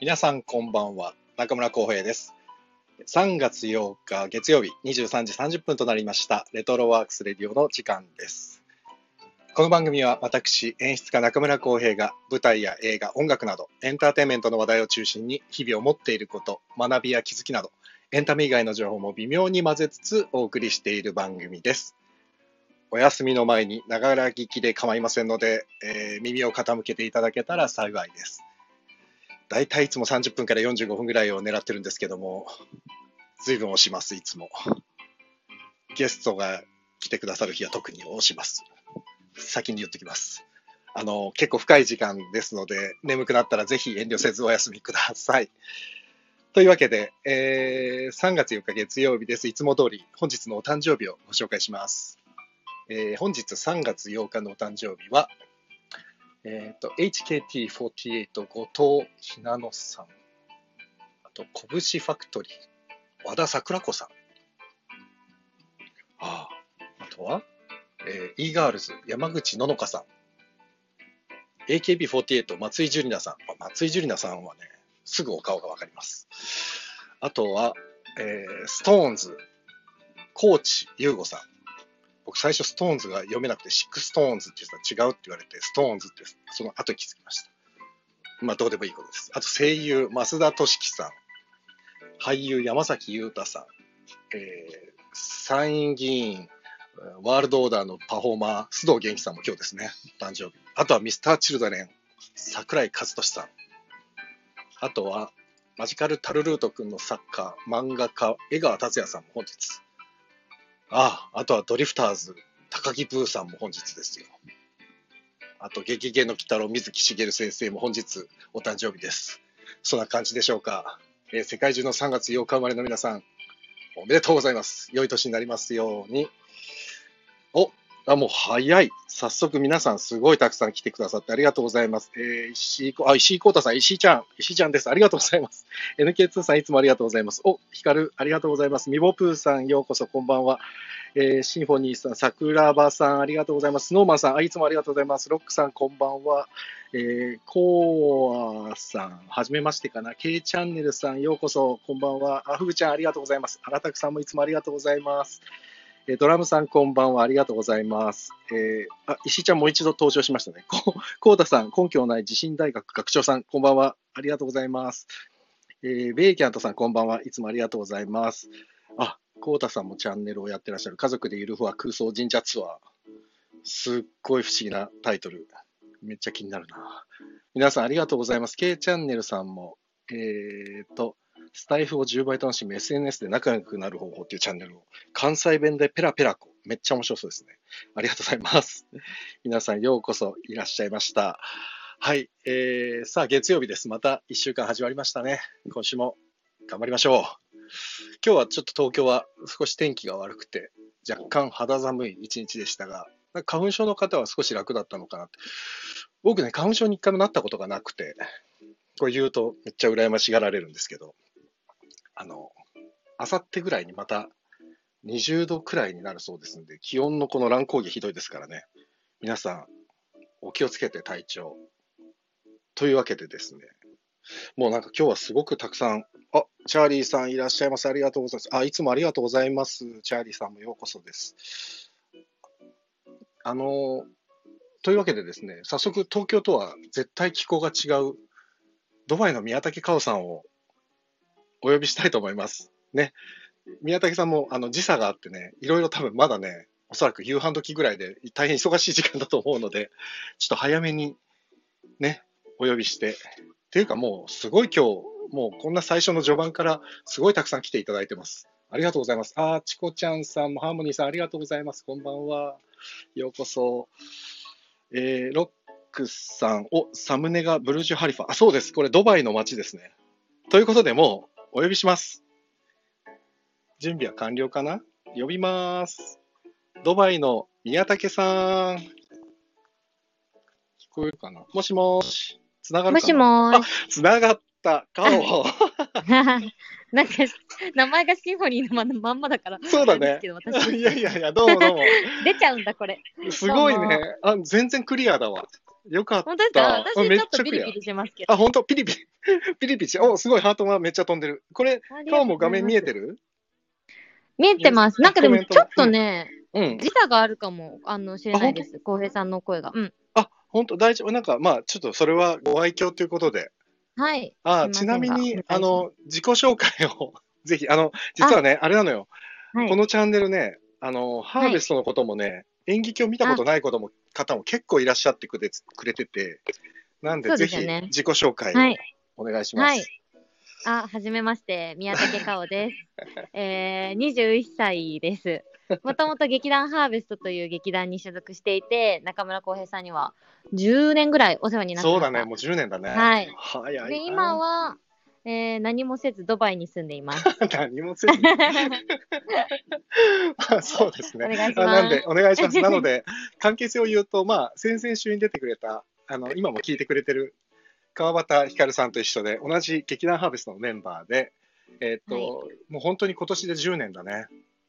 皆さんこんばんは中村浩平です3月8日月曜日23時30分となりましたレトロワークスレディオの時間ですこの番組は私演出家中村浩平が舞台や映画音楽などエンターテインメントの話題を中心に日々思っていること学びや気づきなどエンタメ以外の情報も微妙に混ぜつつお送りしている番組ですお休みの前にながら聞きで構いませんので、えー耳を傾けていただけたら幸いです大体いつも30分から45分ぐらいを狙ってるんですけども、随分押します、いつも。ゲストが来てくださる日は特に押します。先に言ってきます。あの、結構深い時間ですので、眠くなったらぜひ遠慮せずお休みください。というわけで、えー3月4日月曜日です。いつも通り、本日のお誕生日をご紹介します。えー本日3月8日のお誕生日は、えっ、と、HKT48 後藤ひなのさん、あと、拳ファクトリー、和田桜子さん、あああとは、えー、e-girls、山口ののかさん、AKB48、松井樹里奈さん、あ松井樹里奈さんはね、すぐお顔がわかります。あとは、えー、SixTONES、高知優吾さん、僕最初ストーンズが読めなくて、シックストーンズって言ってたら違うって言われて、ストーンズってその後気づきました。まあどうでもいいことです。あと声優、増田俊樹さん、俳優、山崎裕太さん、えー参院議員、ワールドオーダーのパフォーマー、須藤元気さんも今日ですね、誕生日。あとはミスターチルダレン、桜井和俊さん。あとは、マジカルタルルート君の作家、漫画家、江川達也さんも本日。ああ、あとはドリフターズ、高木ブーさんも本日ですよ。あと、激ゲの鬼太郎、水木しげる先生も本日お誕生日です。そんな感じでしょうか。えー世界中の3月8日生まれの皆さん、おめでとうございます。良い年になりますように。おあもう早い。早速皆さんすごいたくさん来てくださってありがとうございます。えー石井こ、あ、石井幸太さん、石井ちゃん、石井ちゃんです。ありがとうございます。NK2 さんいつもありがとうございます。お、ヒカル、ありがとうございます。みぼぷーさん、ようこそ、こんばんは。えーシンフォニーさん、桜庭さん、ありがとうございます。スノーマンさん、あいつもありがとうございます。ロックさん、こんばんは。えー、コーアさん、はじめましてかな。K チャンネルさん、ようこそ、こんばんは。あ、ふぐちゃん、ありがとうございます。荒拓さんもいつもありがとうございます。えードラムさん、こんばんは。ありがとうございます。えーあ、石井ちゃん、もう一度登場しましたね。こコーダさん、根拠のない地震大学学長さん、こんばんは。ありがとうございます。えーベイキャントさん、こんばんは。いつもありがとうございます。あ、コウタさんもチャンネルをやってらっしゃる家族でゆるふわ空想神社ツアー。すっごい不思議なタイトル。めっちゃ気になるな。皆さんありがとうございます。K チャンネルさんも、えーと、スタイフを10倍楽しむ SNS で仲良くなる方法っていうチャンネルを関西弁でペラペラコ。めっちゃ面白そうですね。ありがとうございます。皆さんようこそいらっしゃいました。はい、えー、さあ月曜日です。また1週間始まりましたね。今週も頑張りましょう。今日はちょっと東京は少し天気が悪くて、若干肌寒い一日でしたが、なんか花粉症の方は少し楽だったのかなって。僕ね、花粉症に一回もなったことがなくて、これ言うとめっちゃ羨ましがられるんですけど、あの、あさってぐらいにまた20度くらいになるそうですんで、気温のこの乱高下ひどいですからね、皆さん、お気をつけて体調。というわけでですね、もうなんか今日はすごくたくさんあ、チャーリーさんいらっしゃいます。ありがとうございます。あ、いつもありがとうございます。チャーリーさんもようこそです。あの、というわけでですね、早速東京とは絶対気候が違うドバイの宮武かおさんをお呼びしたいと思います。ね。宮武さんもあの時差があってね、いろいろ多分まだね、おそらく夕飯時ぐらいで大変忙しい時間だと思うので、ちょっと早めにね、お呼びしてっていうかもうすごい今日、もうこんな最初の序盤からすごいたくさん来ていただいてます。ありがとうございます。あー、チコちゃんさんもハーモニーさんありがとうございます。こんばんは。ようこそ。えー、ロックさん、お、サムネがブルジュ・ハリファ。あ、そうです。これドバイの街ですね。ということでもうお呼びします。準備は完了かな呼びます。ドバイの宮武さん。聞こえるかなもしもし。つながるかなもしもーし。つながった 顔なんか、名前がシンフォニーのままんまだから。そうだなんですねけど私いやいやいやどうもどうも出ちゃうんだ、これ。すごいどうねもあ全然クリアだわよかっ本当ですた。か私めちっょっちとゃビクリリアビ。リしてますけど。あ、本当ピリピ リ。ピリピリして、お、すごいハートがめっちゃ飛んでる。これ、顔も画面見えてるる見えてます。なんかでもコメントちょっとね、うん。時差があるかも、あの、知れないです。浩平さんの声が。うん。あ、本当大丈夫。なんか、まあ、ちょっとそれはご愛嬌ということで。はい。あ、すちいまなせんがみお願いにしま、すあの、自己紹介を、 ぜひ、あの、実はね、あれなのよ。はいこ。のチャンネルね、あの、ハーベストのこともね、演劇を見たことないことも、方も結構いらっしゃってくれくれてて、なんそで、うぜですひよね、自己紹介はをいお願いしまはす。い。あ、はじめまして、宮武かおです。えー、21歳です。もともと劇団ハーベストという劇団に所属していて、中村浩平さんには10年ぐらいお世話になってまそうした。だね、もう10年だね。はい早いな。で、今は、えー、何もせずドバイに住んでいます。 何もせずに。あそうですね。お願いしますあなんで、お願いします。なので、 関係性を言うと、まあ、先々週に出てくれた、あの、今も聞いてくれてる、川端ひかるさんと一緒で、同じ劇団ハーベストのメンバーで、えーっと、はいもう本当に今年で10年だね。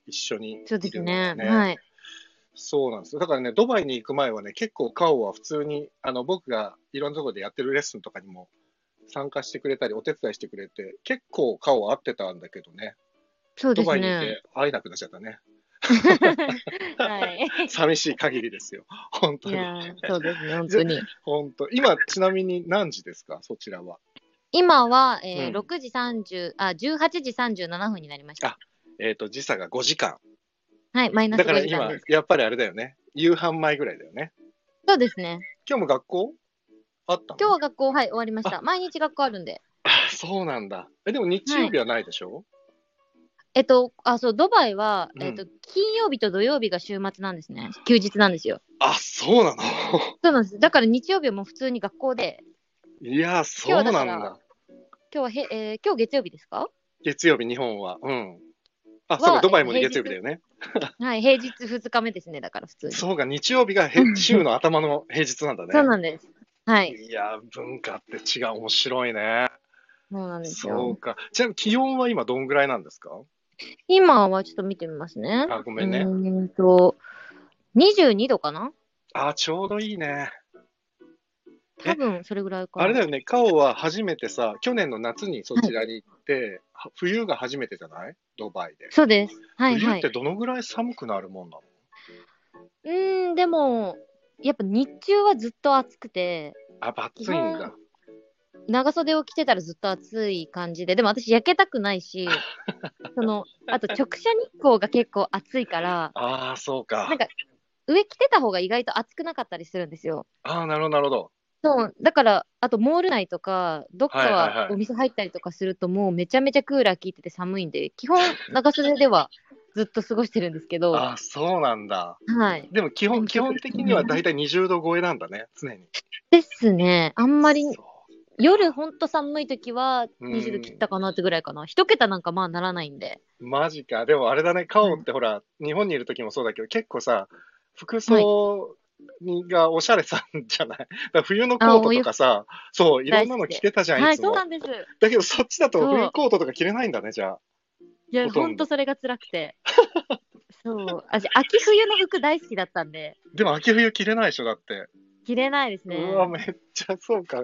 一緒にいるのが。そうですね。はい。そうなんです。だからね、ドバイに行く前はね、結構カオは普通に、あの、僕がいろんなところでやってるレッスンとかにも参加してくれたり、お手伝いしてくれて、結構カオは会ってたんだけどね、そうでドすバイにいね。て会えなくなっちゃったね。はい。寂しい限りですよ。本当いに。や ー、そうですね、本当に。本当。今、ちなみに何時ですか、そちらは。今は、えーうん6時30あ、18時37分になりました。えっ、と、時差が5時間。はい、マイナだスから5時間今です。、やっぱりあれだよね。夕飯前ぐらいだよね。そうですね。今日も学校あったの今日は学校、はい、終わりました。毎日学校あるんで。あそうなんだ。え、でも日曜日はないでしょ、えっと、あ、そう、ドバイは、うんえっと、金曜日と土曜日が週末なんですね。休日なんですよ。あ、そうなの そうなんです。だから日曜日はもう普通に学校で、いや、そうなん今日はだかだ。今日はへ、えー今日月曜日ですか月曜日、日本は。うん。あ、はそうか、ドバイも平日月曜日だよね。はい、平日2日目ですね、だから普通に。そそうか、日曜日がへ週の頭の平日なんだね。うなんです。はい、いや、文化って違う、面白いね。そうなんですそうよ。か。ちなみに気温は今どんぐらいなんですか今はちょっと見てみますね。あごめんねうーんと、22度かなあ、ちょうどいいね。多分それぐらいかな。あれだよね、カオは初めてさ、去年の夏にそちらに行って、は冬が初めてじゃないドバイで。そうです。はい冬はっいて。どのぐらい寒くなるもんなのうーん、でも、やっぱ日中はずっと暑くて、あ、暑いんだ。長袖を着てたらずっと暑い感じで、でも私焼けたくない し、その、あと直射日光が結構暑いから、ああ、そうなかん。か上着てた方が意外と暑くなかったりするんですよ。ああ、なるほど、なるほど。そう、だから、あとモール内とか、どっかはいはいははいお店入ったりとかすると、もうめちゃめちゃクーラー効いてて寒いんで、基本長袖 ではずっと過ごしてるんですけど、はああ、そうなんだ。い。でも基本、基本的にはだいたい20度超えなんだね、常に。ですね、あんまりそう夜ほんと寒い時はうん20度切ったかなってぐらいかな。一桁なんかまあならないんで。マジか。でもあれだね、カオってほら、日本にいる時もそうだけど、結構さ、服装にがおしゃれさんじゃないだから冬のコートとかさ、そう、いろんなの着てたじゃん、、はいい、つそうもな。んです。だけどそっちだとそう冬コートとか着れないんだね、じゃあ。いや、ほとんどほんとそれが辛 くて。そう。私、秋冬の服大好きだったんで、でも秋冬着れないでしょ、だって。着れないですね。うわ、めっちゃそうか。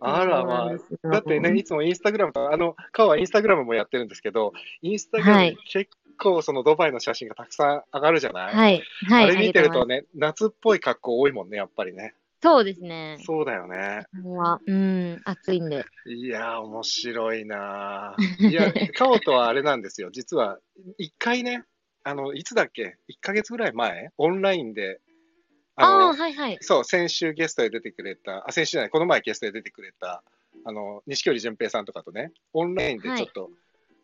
あら、まあ。あだってね、いつもインスタグラムと、あの、カオはインスタグラムもやってるんですけど、インスタグラムに結構そのドバイの写真がたくさん上がるじゃないはい、はい。あれ見てるあとげますね、夏っぽい格好多いもんね、やっぱりね。そうですね。そうだよね。ここは、うん、暑いんで。いやー、面白いな ー。いや、カオとはあれなんですよ。実は、一回ね、あの、いつだっけ ?1 ヶ月ぐらい前オンラインで、ああのあー、はいはい。そう、先週ゲストで出てくれた、あ、先週じゃない、この前ゲストで出てくれた、あの、錦織淳平さんとかとね、オンラインでちょっと、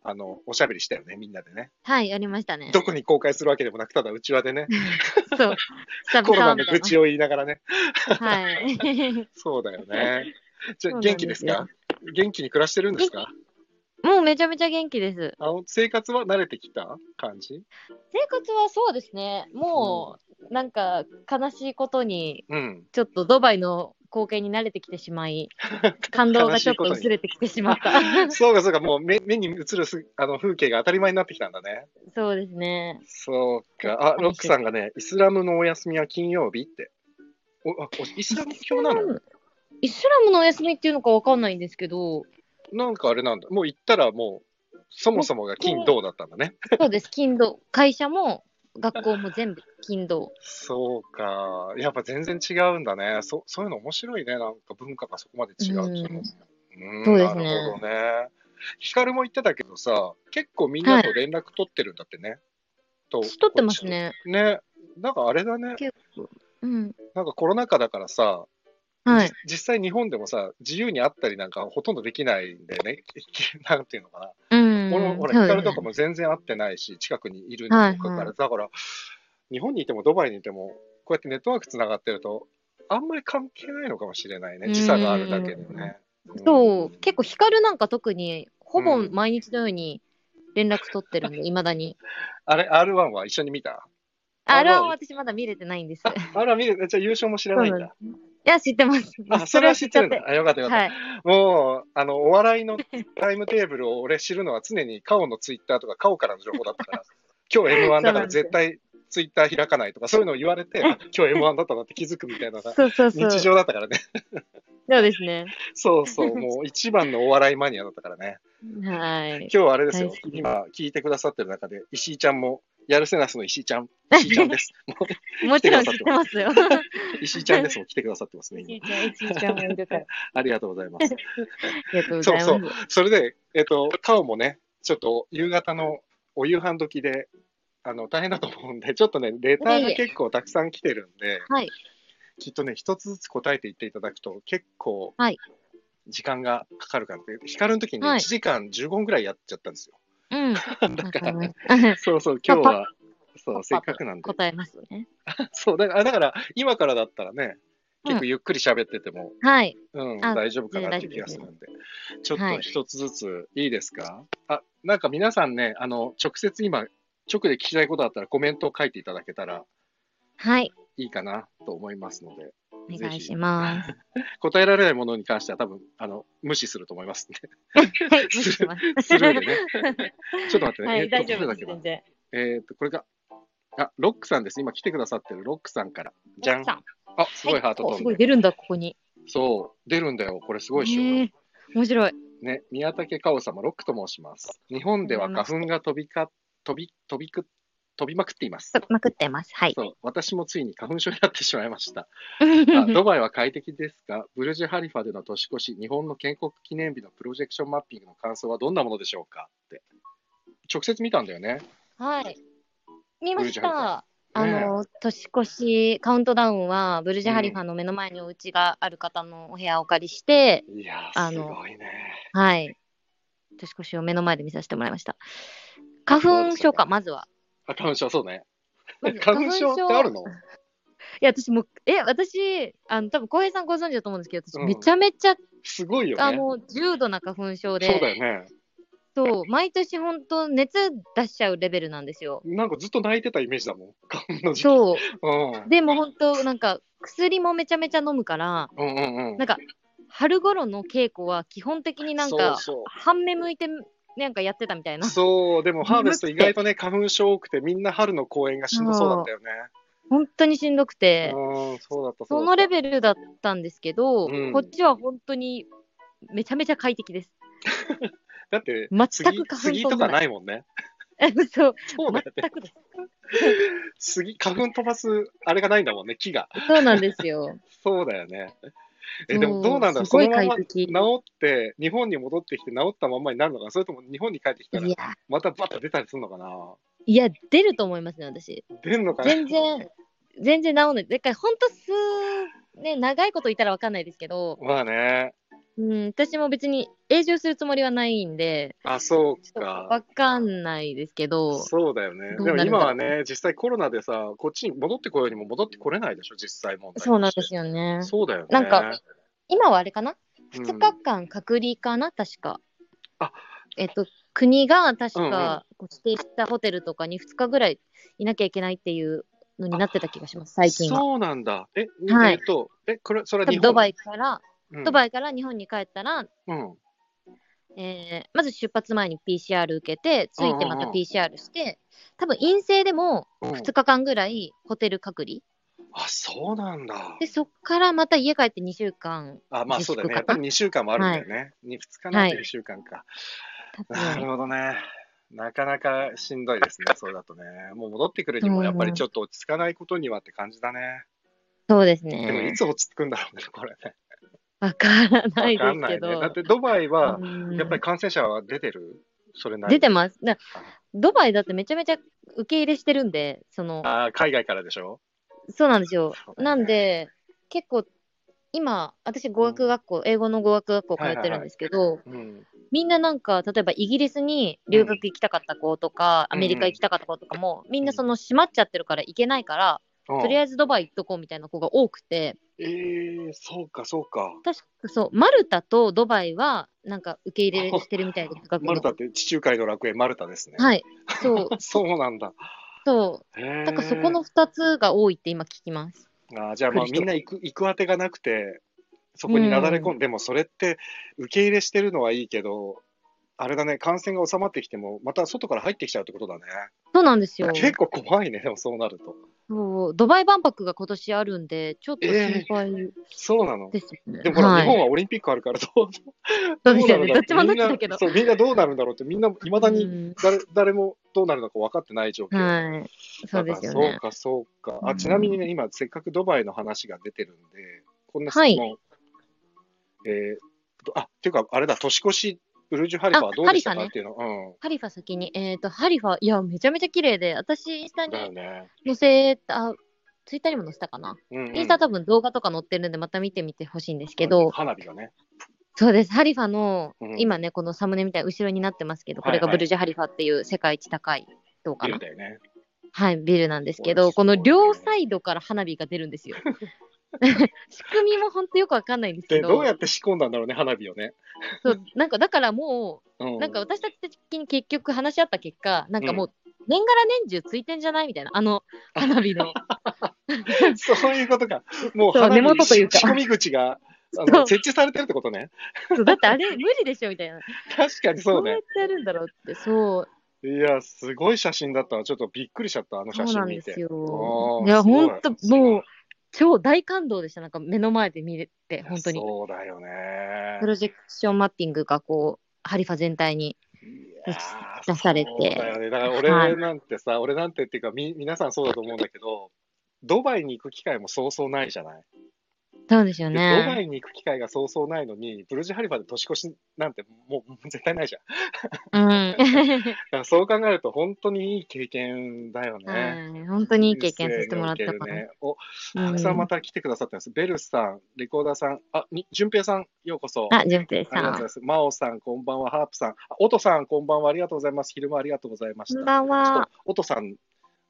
あの、おしゃべりしたよね、みんなでね。はい、やりましたね。どこに公開するわけでもなく、ただ内輪でね、そう。久コロナ々みのたい愚痴を言いながらね。な。はい。 そうだよね。じゃそあうな元んですよ気ですか元気に暮らしてるんですかもうめちゃめちゃ元気です。あの生活は慣れてきた感じ生活はそうですね、もう、なんか悲しいことに、うん。ちょっとドバイの光景に慣れてきてし まい、感動がちょっと薄れてきてしまった。そうかそうか、もう目目に映るすあの風景が当たり前になってきたんだね。そうですね。そうか。あ、ロックさんがね、イスラムのお休みは金曜日って。おあおイスラム教なのイスラムのお休みっていうのかわかんないんですけど、なんかあれなんだ。もう行ったらもう、そもそもが金銅だったんだね。そうです、勤労、会社も学校も全部勤労。そうか。やっぱ全然違うんだね。そそういうの面白いね。なんか文化がそこまで違うっていうの。うんそうですねなるほどね。ヒカルも言ってたけどさ、結構みんなと連絡取ってるんだってね。と取ってます。ね。ね。なんかあれだね。結構。うん。なんかコロナ禍だからさ、はい。じ実際日本でもさ、自由に会ったりなんかほとんどできないんだよね。 なんていうのかな。うん。俺もほら、そうヒカですルねとかも全然会ってないし、近くにいるのもかかはわいらはず、だから、日本にいてもドバイにいても、こうやってネットワークつながってると、あんまり関係ないのかもしれないね。時差があるだけでね。そう、結構っヒカルなんか特に、ほぼ毎日のように連絡取ってるん で、いまだに。あれ、R1 は一緒に見たあれはあ私まだ見れてないんです。あ、R1 見る、じゃあ優勝も知らないんだ。いや、知ってます。あ、それは知ってるんだそ。あ、よかったれよはかった。はい。もう、あの、お笑いのタイムテーブルを俺知るのは常にカオのツイッターとかカオからの情報だった から、今日 M1 だから絶対ツイッター開かないとか、そういうのを言われ て、あ今日 M1 だったなって気づくみたいなさそうそうそう。日常だったからね。そうですね。そう そう、もう一番のお笑いマニアだったからね。はい。今日はあれですよ大好、き今聞いてくださってる中で、石井ちゃんも、やるせなすの石井ちゃ ん、石井ちゃんです。もうもちろん知ってますよ。 石井ちゃんですもん来てくださってますね、い今。いちゃん、いいちゃんもいるから。ありがとうございます。ありがとうございます。そうそれで、えっと、カオもね、ちょっと夕方のお夕飯時で、あの、大変だと思うんで、ちょっとね、レターが結構たくさん来てるんで、はい。きっとね、一つずつ答えていっていただくと、結構はい、時間がかかるかなって、光の時にね、はい1時間15分ぐらいやっちゃったんですよ。 うん。だわかかります ら、。そうそう、今日まあは、そう、せパっッとかくなんで。答えますね。そう、だから、だから今からだったらね、うん結構ゆっくり喋ってても、はい。うん、あ大丈夫かなって気がするんで、ちょっと一つずついいですか、あ、なんか皆さんね、あの、直接今、直で聞きたいことあったらコメントを書いていただけたらはい。いいかなと思いますので、お願いします。答えられないものに関しては多分、あの、無視すると思いますん はい。無視しま す。で、スルー でね。ちょっと待ってね、はえい、っと大丈どれ夫だでっけなす。全然。えっと、これが、あ、ロックさんです。今来てくださってるロックさんから。じゃん。さんあ、すごいハートはお飛すんでごい出るんだ、ここに。そう、出るんだよ。これすごいっしょ。ねえ面白い。ね、宮武かお様、ロックと申します。日本では花粉が飛びか、飛び、飛びく、飛びまくっています。まくってます。はい。そう、私もついに花粉症になってしまいました。 あドバイは快適ですが、ブルジュハリファでの年越し、日本の建国記念日のプロジェクションマッピングの感想はどんなものでしょうかって。直接見たんだよね。はい。見まブしルジュハた。あの、年越しカウントダウンは、ブルジュハリファの目の前にお家がある方のお部屋をお借りして、いやー、あすのごいね。はい。年越しを目の前で見させてもらいました。花粉症か、まずは。あ、花粉症、そうね。まず花粉症ってあるのいや、私もう、え、私、あの、多分浩平さんご存知だと思うんですけど、私、うんめちゃめちゃ、すごいよあね。の、重度な花粉症そうだで、よね。そう、毎年本当熱出しちゃうレベルなんですよ。なんかずっと泣いてたイメージだもん。花粉の時期。う。そう。うん。でも本当なんか薬もめちゃめちゃ飲むからうんうんうんなん。か春頃の稽古は基本的になんそうかそう半目向いてなんかやってたみたいなそう、でもハーベスト眠意くて外とね、花粉症多くて、みんな春の公演がしんどそうだったよね。本当にしんどくてうん、そうだった、そうのだレった。ベルだったんですけど、うんこっちは本当にめちゃめちゃ快適です だって、全杉く花杉粉と飛ばかなないいもんね。そうそう だよね。全くです杉、花粉飛ばす、あれがないんだもんね、木が。そうなんですよそうだよね。 え、そうでもどうなんだろう、すそごいのまま快適治って、日本に戻ってきて治ったまんまになるのかな、それとも日本に帰ってきたらいや、またバッと出たりするのかな。いや出ると思いますね私出んのかな。全然全然治んないだから本当すね長いこといたらわかんないですけど、まあね。うん、私も別に永住するつもりはないんで、あ、そうちょっとか。わかんないですけど、そうだよね。どうでもなるん今だろはうね、実際コロナでさ、こっちに戻ってこようにも戻ってこれないでしょ、実際問題として。そうなんですよね。そうだよね。なんか、今はあれかなうん ?2 日間隔離かな確か。あえっと、国が確うんかこう指定したホテルとかに2日ぐらいいなきゃいけないっていうのになってた気がします、最近は。そうなんだ。え、はいえっと、え、これ、それ多は日分本ドバイから、うんドバイから日本に帰ったら、うん。えーまず出発前に PCR 受けて、ついてまうんうんたうん PCR して、多分陰性でもうん2日間ぐらいホテル隔離あ、そうなんだで、。そっからまた家帰って2週間あ、まあそうだよね。や自っ粛かなぱり2週間もあるんだよね。に2日なんては2週間か。経つなのるに。ほどね。なかなかしんどいですね。そうだとね。もう戻ってくるにもやっぱりちょっと落ち着かないことにはって感じだね。そうですでもねい。つ落ち着くんだろうね、これね。わからわないでかんすないけね。ど。だってドバイは、うんやっぱり感染者は出てるそれなり出てす。ます。だドバイだってめちゃめちゃ受け入れしてるんで、その、あー海外からでしょそうなんですよそう。だねなんで、結構、今、私、語学学校、英語の語学学校通ってるんですけど、うん。みんななんか、例えばイギリスに留学行きたかった子とか、うんアメリカ行きたかった子とかも、みんなその閉まっちゃってるから行けないから、とりあえずドバイ行っとこうみたいな子が多くて、ええー、そうか、そうか。確かそう、マルタとドバイは、なんか受け入れしてるみたいです、学マルタ校って地中海の楽園、マルタですね。。はいい。そう、そうなんだ。そう。 へーだからそこの2つが多いって今聞きます。あーじゃあまあ来るみ人んな行く行く当てがなくて、そこになだれ込んで、うんでもそれって受け入れしてるのはいいけど、あれだね、感染が収まってきても、また外から入ってきちゃうってことだね。そうなんですよ。結構怖いね、でもそうなると。そうドバイ万博が今年あるんで、ちょっと心配そうなの。ですよね。でもほら、はい日本はオリンピックあるからどう、そどうですよね。どっちもみどっんちなだけど。そう、みんなどうなるんだろうって、みんな、いまだうにん誰誰もどうなるのか分かってない状況。はい。そうですよだね。からそうか、そうか。うあ、んちなみにね、今、せっかくドバイの話が出てるんで、こんな質問。はいえーとあ、っていうか、あれだ、年越し、ブルージュハリファはどうでしたかあハっていうの。ハリファ先に、えっ、と、ハリファ、いや、めちゃめちゃ綺麗で、私、インスタうん。だよにね。載せた、ツイッターにも載せたかな。うん、うん。インスタ多分動画とか載ってるんで、また見てみてほしいんですけど、花火がね。そうです。ハリファのう、ん今ね、このサムネみたいな後ろになってますけど、こはいれはいがブルジュ・ハリファっていう世界一高い、どうかビなル。だよね。はい、ビルなんですこれけど、すごこいねの両サイドから花火が出る んですよ。仕組みも本当よくわかんないんですけで、どどうや、って仕込んだんだろうね、花火をね。そうなんかだからもうう、なんか私たち的に結局話し合った結果、なんかもう、年がら年中ついてんじゃないみたいな、あの花火 の。 そういうことか。もうそう花火根元というか仕込み口があそのう設置されてるってことね。そうだってあれ無理でしょみたいな。確かにそうどうやねっ。てやるんだろうって、そう、いや、すごい写真だったわ。ちょっとびっくりしちゃった、あの写そう真なん見でて。すおーよ。いや、すごい本当もう、超大感動でした。なんか目の前で見れて、本当に。そうだよね。プロジェクションマッピングがこう、ハリファ全体に。いやー出されてそうだよね。だからは俺いなんてさ、俺なんてっていうか、み、皆さんそうだと思うんだけど、 ドバイに行く機会もそうそうないじゃない。そうですよでね。ドバイに行く機会がそうそうないのに、ブルジュハリファで年越しなんてもうもう絶対ないじゃん。うん。だからそう考えると本当にいい経験だよね。はい、本当にいい経験させてもらったか人生におな。けるね。お、うんたくさんまた来てくださってます。ベルスさん、レコーダーさん、あ、に、淳平さん、ようこそ。ありあ、純平がとさうございん。ます。真央さん、こんばんは。ハープさん、あ音さん、こんばんは。ありがとうございます。昼間ありがとうございましこんた。ばんちょっはと。音さん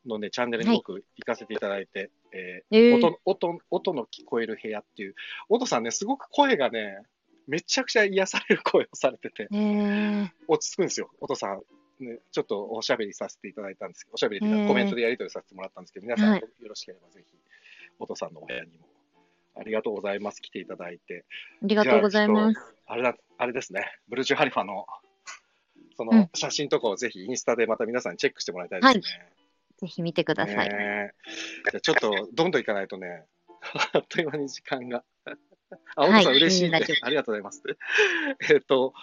のね、チャンネルに僕行かせていただいて、ええーー、音、音、音の聞こえる部屋っていう、音さんね、すごく声がね、めちゃくちゃ癒される声をされてて、えー、落ち着くんですよ、お父さん、ね、ちょっとおしゃべりさせていただいたんですけど、おしゃべりというかへえコメントでやり取りさせてもらったんですけど、皆さん、はいよろしければぜひ、お父さんのお部屋にも、ありがとうございます、来ていただいて、ありがとうございます。あれだあれですね、ブルジュ・ハリファの、そうのん写真とかをぜひインスタでまた皆さんにチェックしてもらいたいですね。ぜひ見てください。ねえじゃあちょっと、どんどん行かないとね、 あっという間に時間が。 あ、おはいさん、嬉しいうん大ね丈。ありがとうございます。 えっと、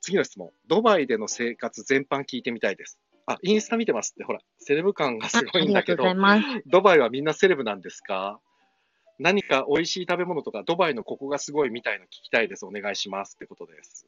次の質問。ドバイでの生活全般聞いてみたいです。あ、インスタ見てますって、ほら、セレブ感がすあごあいりんだがとけうごどざい、ます。ドバイはみんなセレブなんですか何か美味しい食べ物とか、ドバイのここがすごいみたいの聞きたいです。お願いしますってことです。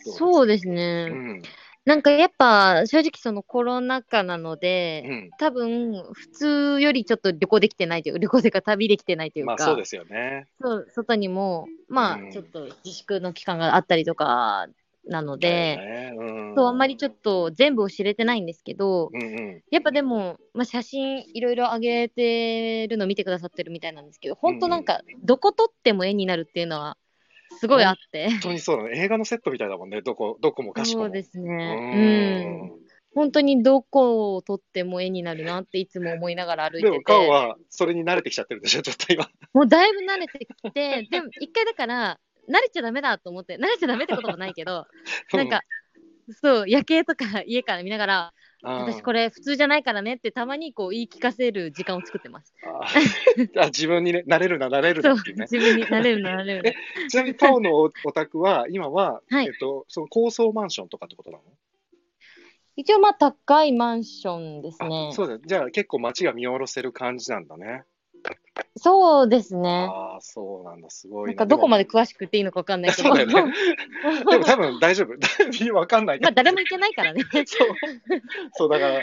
そうでですね、す。うん。なんかやっぱ正直そのコロナ禍なので、うん。多分普通よりちょっと旅行できてないという旅行でか旅できてないというまか、あそうですよね。そう外にもまうんあちょっと自粛の期間があったりとかなので、だよね、うん。そうあんまりちょっと全部を知れてないんですけど、うんうん。やっぱでも、まあ、写真いろいろ上げてるの見てくださってるみたいなんですけど、本当なんか、どこ撮っても絵になるっていうのは、すごいあって。本当にそうだね。映画のセットみたいだもんね。どこ、どこもかしこも。そうですうね。うん。ん。本当にどこを撮っても絵になるなっていつも思いながら歩いでても、カオて。はそれに慣れてきちゃってるでしょ、ちょっと今。もうだいぶ慣れてきて、 でも一回だから、慣れちゃダメだと 思って、慣れちゃダメってこともないけど、なんか、そう、夜景とか家から見ながら、あー私これ普通じゃないからねってたまにこう言い聞かせる時間を作っ てます。あー あ自分にね、なれるな、なれるそなうっていうね。自分になれるななれる な。ちなみに、パオのおお宅 は、今は、はいえっと、その高層マンションとかってことなの一応まあ高いマンションですあ、ね。そうだ。じゃあ、結構街が見下ろせる感じなんだね。そうですね。ああ、そうなんだ。すごいなんかどこまでも詳しく言っていいのかわかんないけど。そうだよねでも多分大丈夫。 わかんないけ まあど。誰も行けないからね。 そう。そう、だから、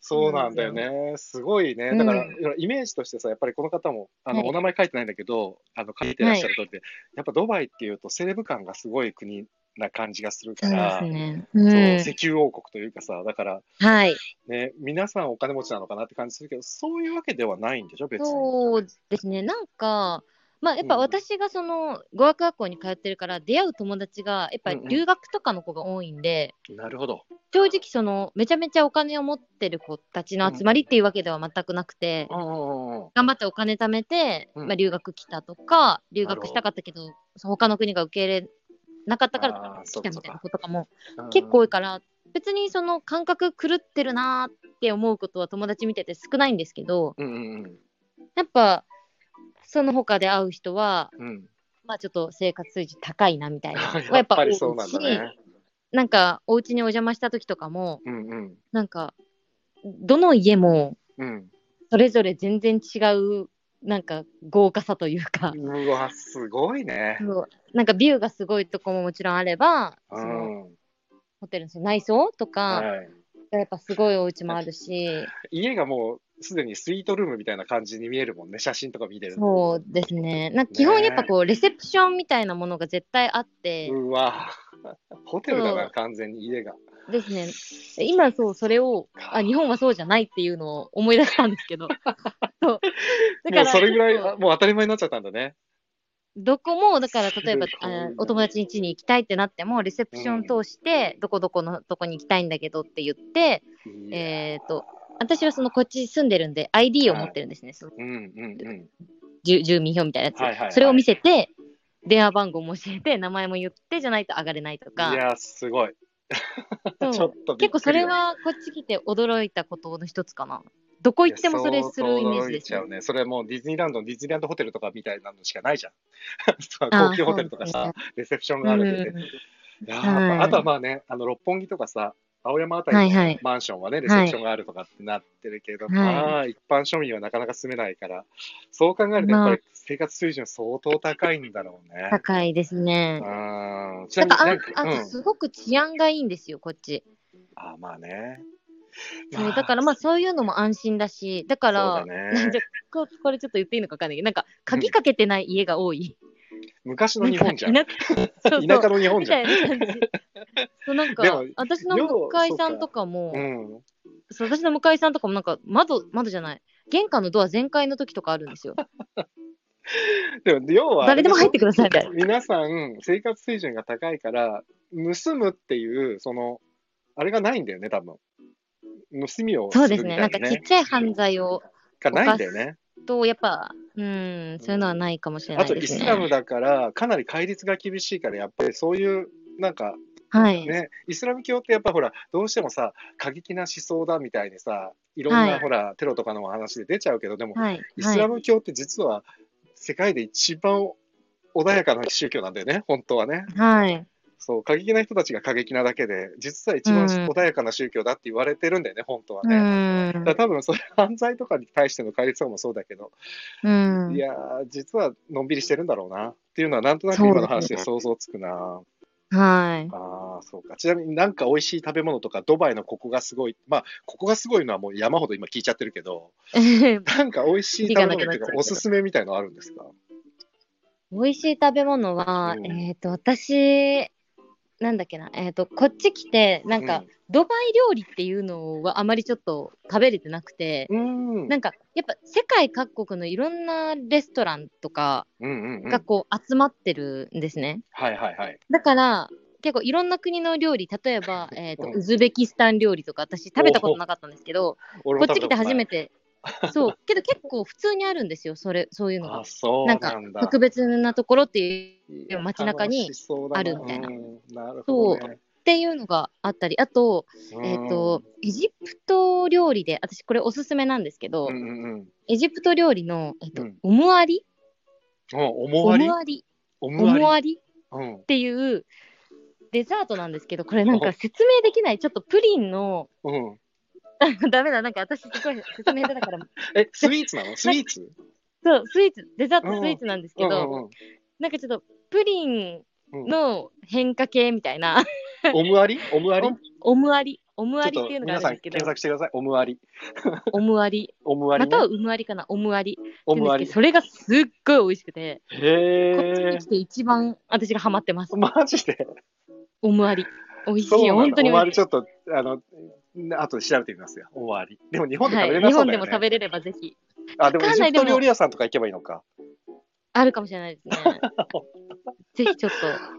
そうなんだよね。すごいね。だから、うイメージとしてさ、やっぱりこの方も、あの、はいお名前書いてないんだけど、あの、書いてらっしゃる通りで、やっぱドバイっていうとセレブ感がすごい国な感じがするそかうら、ですそうね。石油王国というかさ、だから、うん。はい。ね、皆さんお金持ちなのかなって感じするけど、そういうわけではないんでしょ、別に。そうですね。なんか、まあ、やっぱうん私がその語学学校に通ってるから出会う友達がやっぱうんうん留学とかの子が多いんで、なるほど。正直そのめちゃめちゃお金を持ってる子たちの集まりっていうわけでは全くなくて、うんうんうんうん。頑張ってお金貯めて、うんまあ、留学来たとか留なるほ学どしたかったけどそう他の国が受け入れなかったかあらーそ来うかそたみうか。たいな子とかも結構多いからら別にその感覚狂ってるなーって思うことは友達見てて少ないんですけどうんうんうん。やっぱその他で会う人はうん、まあちょっと生活水準高いなみたいなは やっぱりそうなんだ多いしね。なんかお家にお邪魔した時とかもうんうん。なんかどの家もうん、それぞれ全然違うなんか豪華さというか、うわ、すごいね。そうなんかビューがすごいとこももちろんあれば、うそのん。ホテルのその内装とか、はい、やっぱすごいお家もあるし、家がもうすでにスイートルームみたいな感じに見えるもんね、写真とか見てると。そうですね。なんか基本やっぱこう、レセプションみたいなものが絶対あって、うわ、 ホテルだそな、う完全に家が。ですね。今そう、それを、あ、日本はそうじゃないっていうのを思い出したんですけ ど。そう。だもうそれぐらい、そうあもう当たり前になっちゃったんだね。どこも、だから例えばす、ごいなあお友達の家に行きたいってなっても、レセプション通して、どこどこのとこに行きたいんだけどって言って、いやえっ、と、私はそのこっち住んでるんで、ID を持ってるんですね、そのうんうんうん。住住民票みたいなやつ、はいはいはいそれを見せて、電話番号も教えて、名前も言ってじゃないと上がれないといか、や、すごい。そ うちょっとび結っ構くそりれよはこっち来て驚いたことの一つかな。どこ行ってもそれするイメージです、いや相当驚いちゃうね。それもうディズニーランドのディズニーランドホテルとかみたいなのしかないじゃん。 そうあー高級ホテルとかそうさ、レセプションうがあんるんでね。いやーはいやっぱあとはまあね、あの六本木とかさ、青山あたはいりはのいマンションはね、レセプションがあるとかってなってるけど、はいまあ、一般庶民はなかなか住めないから、そう考えるとやっぱり生活水準相当高いんだろうね。高いですね。うんちななんみにかあなんんか、うんあとすごく治安がいいんですよ、こっち。あーまあね。そうだからまあそういうのも安心だし、だから、そうだね なんかここれちょっと言っていいのか分かんないけど、なんか鍵かけてない家が多い。昔のなん日か本じゃん。田 田そうそう舎の日本みじゃたん。いな感じ。そうなんかでも、私の要は向井さんとかも、うん。そう私の向井さんとかも、なんか窓、窓じゃない、玄関のドア全開の時とかあるんですよ。でも、要は、誰でも入ってくださいみたいな。皆さん、生活水準が高いから、盗むっていう、その、あれがないんだよね、多分。盗みをするそうですね、なんみかたいちっちゃい犯罪を、がないんだよね。と、やっぱ、うん、そういうのはないかもしれなあいと、でイすスね。ラムだから、かなり戒律が厳しいから、やっぱりそういう、なんかはい。ね、イスラム教ってやっぱほら、どうしてもさ、過激な思想だみたいにさ、いろんはないほら、テロとかの話で出ちゃうけど、でも、はい。イはスいラム教って実は世界で一番穏やかな宗教なんだよね、本当はね。はい。そう、過激な人たちが過激なだけで、実は一番うん穏やかな宗教だって言われてるんだよね、本当はうね。んだから多分それ犯罪とかに対しての戒律とかもそうだけど、うん。いやー、実はのんびりしてるんだろうなっていうのは、なんとなくそうです今ねの話で想像つくな。はい。 ああ、そうか。ちなみになんか美味しい食べ物とか、ドバイのここがすごい、まあ、ここがすごいのはもう山ほど今聞いちゃってるけど、なんか美味しい食べ物と火がないうくなっちゃうかけ、どおすすめみたいのあるんですか美味しい食べ物は、うんえっ、と、私、なんだっけな、えっ、と、こっち来て、なんか、、ドバイ料理っていうのはあまりちょっと食べれてなくて、うん、うんなんか、やっぱ世界各国のいろんなレストランとかうんうんうんがこう集まってるんですね。はいはいはい。だから、結構いろんな国の料理、例えば、えっ、と、 うんウズベキスタン料理とか、私食べたことなかったんですけど、俺こもっち食べたと来てない初めて、そう、けど結構普通にあるんですよ、それ、そういうのあ、が。そうななんんかだ。、特別なところっていういでやも街中に楽しそうだあるみたいなうんなるそほうどね。っていうのがあったり、あと、えっ、と、エジプト料理で、私これおすすめなんですけど、うんうんうん、エジプト料理の、えっとうんオムアリあ思オわりムアリ思オわりムアリうんっていうデザートなんですけど、これなんか説明できない、ちょっとプリンの、 うん、ダメだ、なんか私すごい説明だから、えスイーツ なのスイーツそう、スイーツ、デザーうんトスイーツなんですうけんど、うんなんかちょっとプリンうんうん、の変化系みたいな、 オムアリオムアリおオムアリ、オムアリちょっっていうとのが皆さあるんんですけ検ど、索してください。オムアリ。オムアリ、オムアリ、まね。たはウムアリかな、オムアリってオいうんムですアけど、リ。それがすっごい美味しくて、こっちへにえ来。て一番私がハマってます、マジで。オムアリ。美味しそういなよ、の本当にオ美ムア味リしちょっと、あの、後で調べてみますよ。オムアリ。でも日い。本で食べれはい、な日そう本だでよもね。食べれればぜひ。あ、でもエわかんジないプトでも料理屋さんとか行けばいいのか。あるかもしれな いですね。ぜひちょっ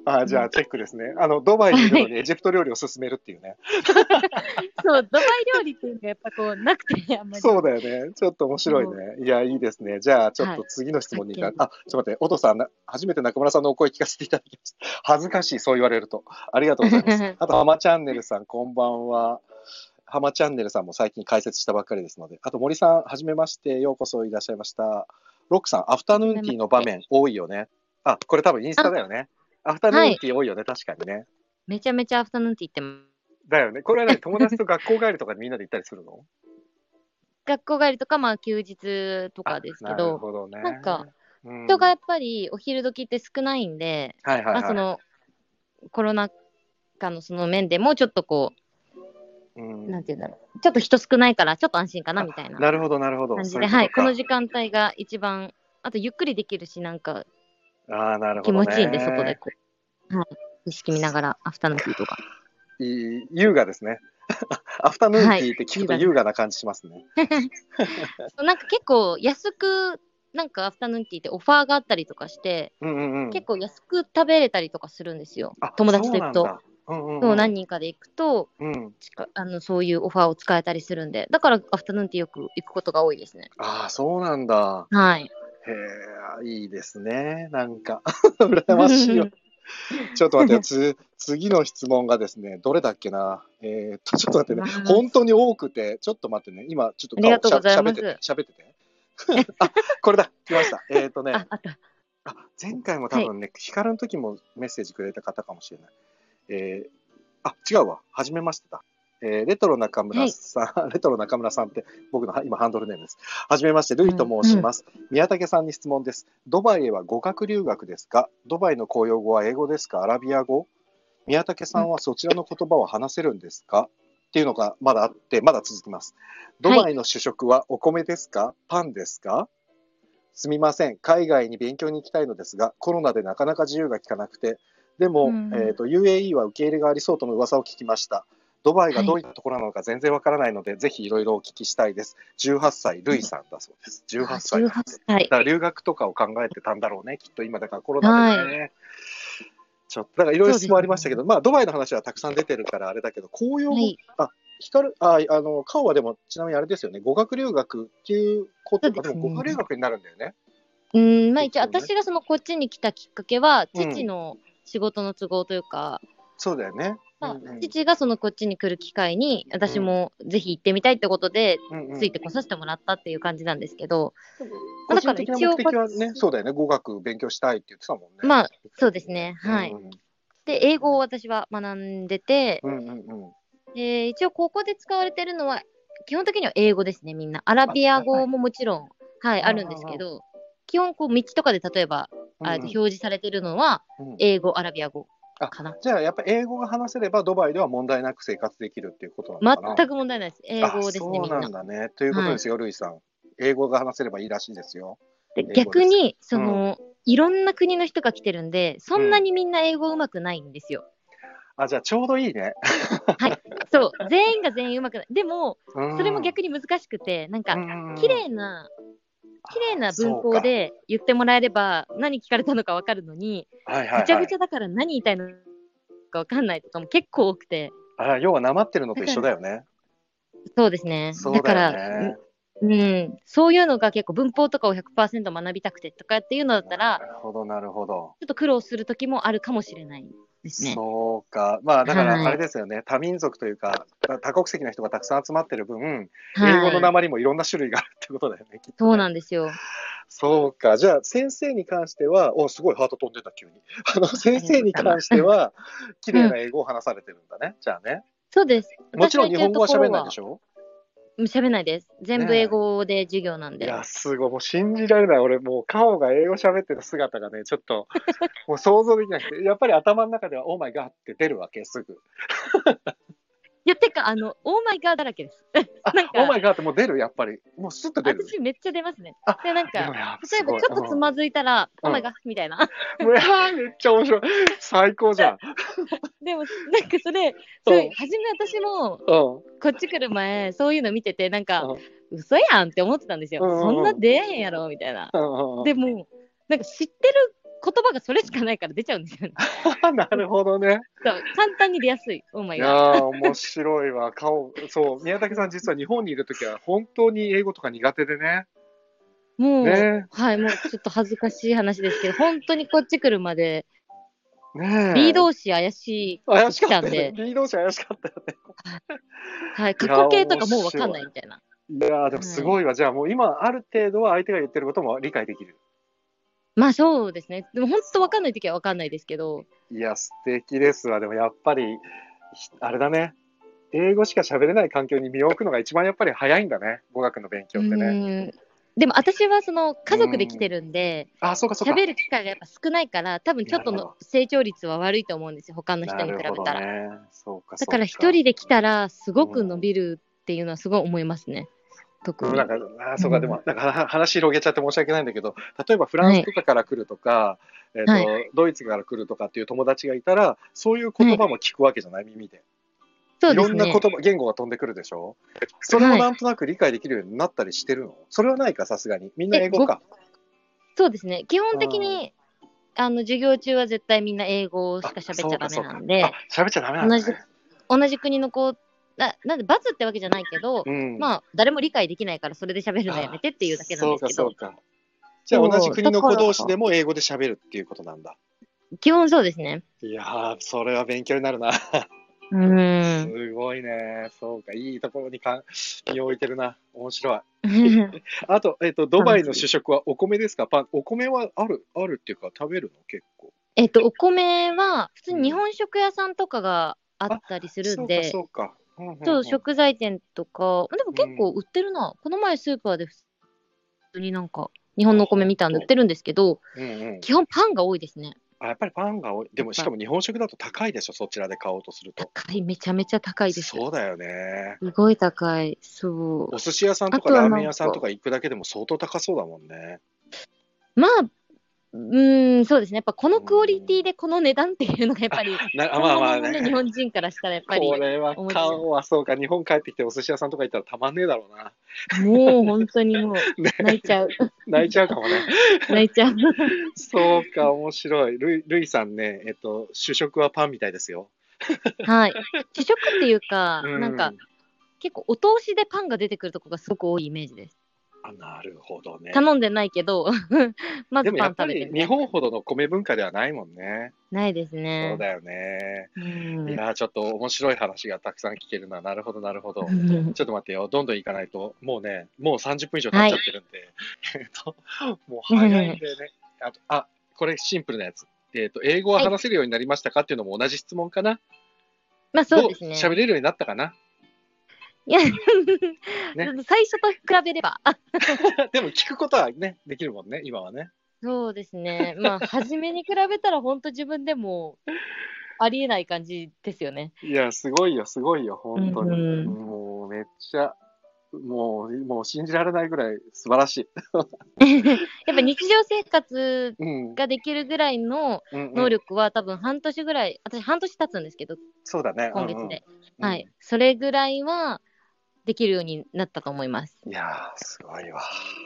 あ、じゃあチェックですね。あの、ドバイにいるのにエジプト料理を勧めるっていうね。と。そう、ドバイ料理っていうのがやっぱこう、なくて、あんまり。そうだよね。ちょっと面白いね。いや、いいですね。じゃあ、ちょっと次の質問に行か、はいあ、ちょっと待って、おとさん、な初めて中村さんのお声聞かせていただきました。恥ずかしい、そう言われると。ありがとうござい ます。あと、浜チャンネルさん、こんばんは。浜チャンネルさんも最近解説したばっかりですので。あと、森さん、はじめまして。ようこそいらっしゃいました。ロックさん、アフタヌーンティーの場面多いよね。あ、これ多分インスタだよね。アフタヌーンティー多いよね、確かにね。めちゃめちゃアフタヌーンティーってますだよね。これはね、友達と学校帰りとかでみんなで行ったりする の学校帰りとか、まあ休日とかですけなるど、ほどね。なんかうん、人がやっぱりお昼時って少ないんで、はいはい、まはいあその、コロナ禍のその面でもうちょっとこうんう、なんていうんだろう。ちょっと人少ないから、ちょっと安心かなみたいななるほど、なるほど。感じそうで、いうとはい。こかの時間帯が一番、あとゆっくりできるし、なんかああ、なるほ気ど、持ね。ちいいんで、外でこう、はい。景色見ながらアフタヌーンティーとか。いい優雅ですね。 アフタヌーンティーって聞くとはい優雅な感じしますね。そうなんか結構安くなんかアフタヌーンティーってオファーがあったりとかして、うんうんうん。結構安く食べれたりとかするんですよあ友達と行くと。そうなんだうんうんうん、そう何人かで行くとうん、ちかあのそういうオファーを使えたりするんでだからアフタヌーンティーよく行くことが多いですねああ、そうなんだ。はいへえ、いいですね。なんか、 羨ましいよ。 ちょっと待ってよ、つ次の質問がですね、どれだっけな。えーっと、ちょっと待ってねわかり、ます本当に多くて、ちょっと待ってね、今、ちょっとありがとうございますしゃしゃべってて。 あ、これだ、来ました。えーっとね、 ああったあ前回も多分ね、ヒカルの時もメッセージくれた方かもしれない。えーあ、違うわ。はじめましてだ。えーレトロ中村さん、 レトロ中村さんって僕のは今ハンドルネームです。はじめまして、ルイと申します。宮武さんに質問です。ドバイへは語学留学ですが、ドバイの公用語は英語ですかアラビア語宮武さんはそちらの言葉を話せるんですかっていうのがまだあって、まだ続きます。ドバイの主食はお米ですかパンですかすみません、海外に勉強に行きたいのですが、コロナでなかなか自由が利かなくて、でも、うんえー、と UAE は受け入れがありそうとの噂を聞きました。ドバイがどういったところなのか全然わからないので、ぜひいろいろお聞きしたいです。18歳、ルイさんだそうです。18歳。 18歳だから留学とかを考えてたんだろうね、きっと今、だからコロナでね。ちょっとだからいろいろ質問ありましたけど、まあ、ドバイの話はたくさん出てるからあれだけど、紅葉はも、い光るああの、カオはでも、ちなみにあれですよね、語学留学っていうことそうで,、ですねも語学留学になるんだよね。うんまあ一応そうですね私がそのこっちに来たきっかけはうん父の仕事の都合というか、そうだよね。まあうんうん父がそのこっちに来る機会に私もぜひ行ってみたいってことでうんうんついてこさせてもらったっていう感じなんですけど、個だか人ら的一な応目的はね、そうだよね、語学勉強したいって言ってたもんね。まあそうですね、はい。うんで、英語を私は学んでて、うんうんうんうんで一応ここで使われてるのは、基本的には英語ですね、みんな。アラビア語ももちろん、はい、あるんですけど、基本こう道とかで例えば、あうん表示されてるのはうん英語、アラビア語かな。じゃあ、やっぱ英語が話せれば、ドバイでは問題なく生活できるっていうことなのかな。全く問題ないです。英語ですね、あみんそうな。なんだね。ということですよ、ルイさん。英語が話せればいいらしいですよ。で語です逆に、その、いろんな国の人が来てるんで、そんなにみんな英語うまくないんで すよ。あ、じゃあちょうどいいね。そう、全員が全員うまくない。でも、うんそれも逆に難しくて、なんか、うん綺麗な綺麗な文法で言ってもらえれば何聞かれたのか分かるのに、そうかはいはい、ぐちゃはぐいちゃだから何言いたいのか分かんないとかも結構多くて、あ。要はなまってるのと一緒だよね。そうですね。そうだからよね。うん、そういうのが結構文法とかを100%学びたくてとかっていうのだったら、なるほど、なるほど。ちょっと苦労する時もあるかもしれない。ですね。そうか。まあ、だから、はいあれですよね。多民族というか、多国籍の人がたくさん集まってる分、はい英語の訛りもいろんな種類があるってことだよね、きっとねそうなんですよ。そうか。じゃあ、先生に関しては、お、すごいハート飛んでた、急に。あの、先生に関しては、綺麗な英語を話されてるんだね。じゃあね。そうです。もちろん日本語は喋んないでょしょ喋んないです。全部ねえ英語で授業なんいで。や、すごい。もう信じられない。俺、もう、カオが英語喋ってる姿がね、ちょっと、もう想像できなくて、やっぱり頭の中では、オーマイガーって出るわけ、すぐ。いや、てか、あの、オーマイガーだらけです。あなん、かオーマイガーってもう出る、やっぱり。もうスッと出る。 私めっちゃ出ますねあ。で、なんでもか、や例えばちょっとつまずいたら、うんオーマイガーみたいな。 すごいうんうわめっちゃ面白い。最高じゃん。でも、なんかそれ、それ初め私も、うん。こっち来る前、そういうの見てて、なんかうん、嘘やんって思ってたんですよ。うんうんそんな出えへんやろ、みたいな。うんうんでも、なんか知ってる言葉がそれしかないから出ちゃう んですよね。うん、なるほどね。そう簡単に出やすい、オーマいイやガー。ー、面白いわ。顔、そう、宮崎さん、実は日本にいるときは、本当に英語とか苦手でね。もう、ねはい、もうちょっと恥ずかしい話ですけど、本当にこっち来るまで、ねえリード詞怪しい、怪しかった来たんねで。リード者怪しかったよね。はい、過去形とかもうわかんないみたいな。いやー、でもすごいわ。じゃあもう今、ある程度は相手が言ってることも理解できる。まあそうですね。でも本当わかんないときはわかんないですけど、いや、素敵ですわ。でもやっぱり、ひあれだね。英語しか喋れない環境に身を置くのが一番やっぱり早いんだね。語学の勉強ってうね。ーんでも私はその家族で来てるんで、あ、そうかそうか。喋る機会がやっぱ少ないから、多分ちょっとなるのほ成長率は悪いと思うんですよ、他の人に比べなるほたどら。ね。そうかそだうから一人で来たら、すごく伸びるっていうのはすごい思いますね。特うんに。なんはか、あそうか、うんでも、なんかは話広げちゃって申し訳ないんだけど、例えばフランスとかから来るとか、えっとはいドイツから来るとかっていう友達がいたら、そういう言葉も聞くわけじゃない、耳で。そういでろすんなね言。葉、言語が飛んでくるでしょそれもなんとなく理解できるようになったりしてるの、それはないか、さすがに。みんな英語か。そうですね。基本的に、あの、授業中は絶対みんな英語しか喋っちゃダメなんあで、、喋っちゃダメなんだ、同じね。、同じ国の子、ななんで罰ってわけじゃないけど、うんまあ、誰も理解できないから、それで喋るのやめてっていうだけなんですけそどう、か、そうか。じゃあ、同じ国のそ子う同士でも英語で喋るっていうことなんだ。基本そうですね。いやー、それは勉強になるな。うーん。すごいね。そうか、いいところにかん身を置いてるな。面白い。あと、えっ、と、ドバイの主食はお米ですかパン、お米はある、あるっていうか、食べるの結構。えっと、お米は、普通に日本食屋さんとかがあったりするんで、そうか、そうか。うんうんうんそう、食材店とか、でも結構売ってるな。この前スーパーで普通になんか、日本のお米みたいなの売ってるんですけど、うんうん。基本パンが多いですね。あ、やっぱりパンが多い。でも、しかも日本食だと高いでしょ、そちらで買おうとすると。高い、めちゃめちゃ高いです。そうだよね。すごい高い。そうお。寿司屋さんとかあとはラーなんかメン屋さんとか行くだけでも相当高そうだもんね。まあ、うーん、そうですね。やっぱこのクオリティでこの値段っていうのがやっぱり、な あそまあまあのね。日本人からしたらやっぱりこ、れは面白い顔はそうか、日本帰ってきてお寿司屋さんとか行ったらたまんねえだろうな。もう本当にもう、 ね泣いちゃう。泣いちゃうかもね。 泣いちゃう。そうか、面白い。ルイルイさんね、えっと、主食はパンみたいですよ。はい。主食っていう か、うなんか、結構お通しでパンが出てくるとこがすごく多いイメージです。あなるほどね。頼んでないけど、 までずもパやンっぱ食べてりみた日い本ほどの米文化ではないもんね。ないですねそう。だよね。うんいやー、ちょっと面白い話がたくさん聞けるな。なるほど、なるほど。ちょっと待ってよ、どんどん行かないと、もうね、もう30分以上経っちゃってるんで、 えっと、もう早いんでね、あと、あ、これシンプルなやつ。えっ、と、英語は話せるようになりましたかっていうのも同じ質問かな。 まあそうですね。ど喋れるようになったかな。 いや、ね最初と比べれば。あでも聞くことはね、できるもんね、今はね。そうですね。まあ、初めに比べたら本当自分でもありえない感じですよね。いや、すごいよ、すごいよ、本当に。うんうんもうめっちゃ、もう、もう信じられないぐらい素晴らしい。やっぱ日常生活うん。ができるぐらいのうんうん能力は多分半年ぐらい、私半年経つんですけど、そうだね。今月うんうんで。はい。。それぐらいはできるようになったと思います。いやー、すごいわ。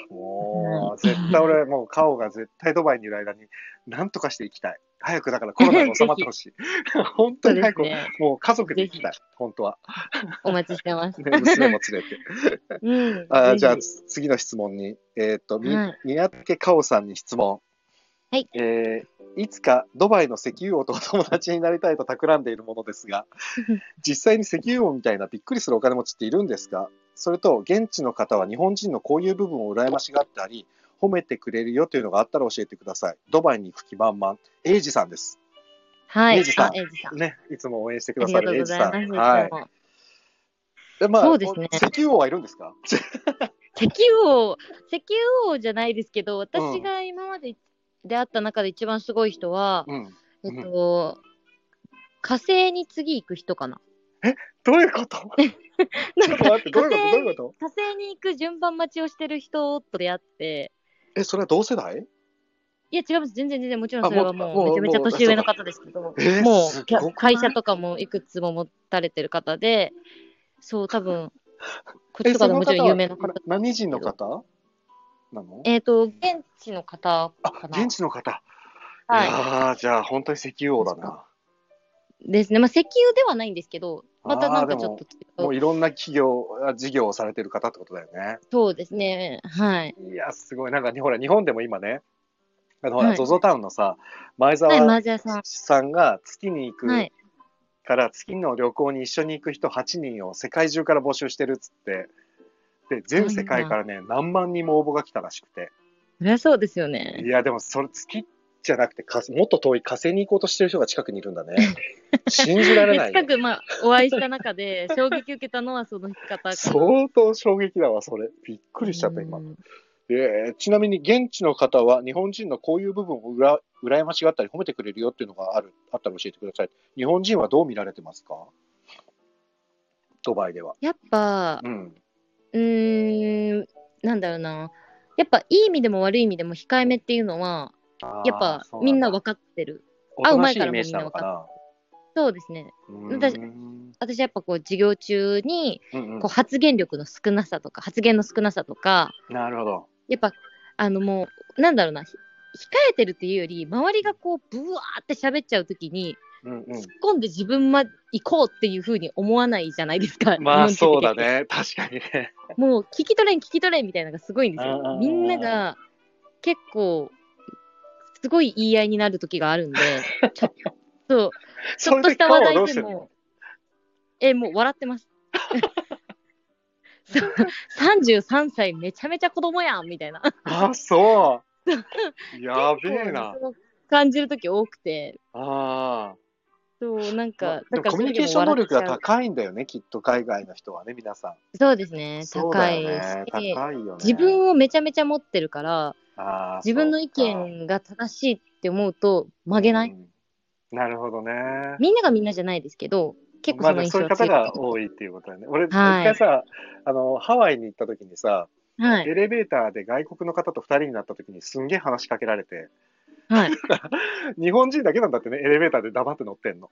もう、絶対俺、もう、カオが絶対ドバイにいる間に、なんとかしていきたい。早くだからコロナに収まってほ しい。本当そうに早ですく、ね。もう家族で行きたい。本当は。お待ちして ます。ね、娘も連れて。うん。あーじゃあぜひ次の質問に、えっとみはい宮武かおさんに質問、はいえーいつかドバイの石油王とお友達になりたいと企んでいるものです が、実際に石油王みたいなびっくりするお金持ちっているんですかそれと、現地の方は日本人のこういう部分を羨ましがったり、褒めてくれるよというのがあったら教えてください。ドバイに行く気満々。エイジさんです。はい。エイジさんあエイジさん。ね、いつも応援してくだありさがとるうエイごジざいまさす。いん。つはい。もでまあ、そうですね石油王はいるんですか石油王、石油王じゃないですけど、私が今まで出会った中で一番すごい人は、うん。うんえっと、火星に次行く人かな。どういうことちょっと待って、どういうことどういうこと 火星に行く順番待ちをしてる人と出会って、え、それは同世代いや違います、全然全然、もちろんそれはあもうもうめちゃめちゃもう年上の方ですけど、もえーうすきゃごくない会社とかもいくつも持たれてる方で、そう、多分こっちえ、とかそでのもち方ろん有名なは方な、何人の方なのえっ、と、現地の方あか、な。現地の方。はいいやーじゃあ本当に石油王だな。ですね、まあ、石油ではないんですけど、またなんかちょっともう違う、いろんな企業、あ事業をされてる方ってことだよね。そうですね、はい。いや、すごい。なんか、ほら、日本でも今ね、あの、ほら、はい ZOZO タウンのさ、前はい、澤マージャーささんが月に行ん。くはい、から、月の旅行に一緒に行く人8人を世界中から募集してるっつって、で、全世界からね、何万人も応募が来たらしくて。そりゃそうですよいね。や、でも、それ、月じゃなくて、火星もっと遠い火星に行こうとしてる人が近くにいるんだ ね。信じられないよ近く、まあ、お会いした中で、衝撃受けたのはその方 かな相当衝撃だわ、それ。びっくりしちゃった、今う。んえーちなみに現地の方は日本人のこういう部分をうら羨ましがったり褒めてくれるよっていうのがあるあったら教えてください。日本人はどう見られてますかドバイでは。やっぱ、うん。うーん、なんだろうな。やっぱいい意味でも悪い意味でも控えめっていうのは、やっあぱーみんな分かってる。そうなんだ会う前からもおとなしいイメージなのかな。そうですね。うだしーん私やっぱこう授業中にうんこう発言力の少なさとか発言の少なさとかうん、なるほど。やっぱあのもうなんだろうなひ控えてるっていうより周りがこうブワーって喋っちゃう時にうんう突っん、込んで自分ま行こうっていうふうに思わないじゃないですか。まあ日そ本人うだって結構ね。確かにね。もう聞き取れん聞き取れんみたいなのがすごいんですうんうんうんうよ。んみんなが結構すごい言い合いになる時があるん で、ちょっとちょっとした話そういう時顔はどう題しでてんのも、え、もう笑って ます。そう33歳めちゃめちゃ子供やんみたいなあ、 そう。やべえな結。構ねそう感じる時多くてあそうなんあ。まあかでだもかコらそうミいュうニケー時もション能力が笑っちゃう高いんだよね、きっと海外の人はね、皆さん。そうですねそう高だいよねし、高いよね。自分をめちゃめちゃ持ってるからあー自分の意そうか見が正しいって思うと曲げない、うんなるほどね。みんながみんなじゃないですけど結構まあその印そういう象方強い、が多いっていうことだよね。俺、一はい回さ、あの、ハワイに行った時にさ、はエいレベーターで外国の方と二人になった時にすんげえ話しかけられて、 はい日本人だけなんだってね、エレベーターで黙って乗ってんの。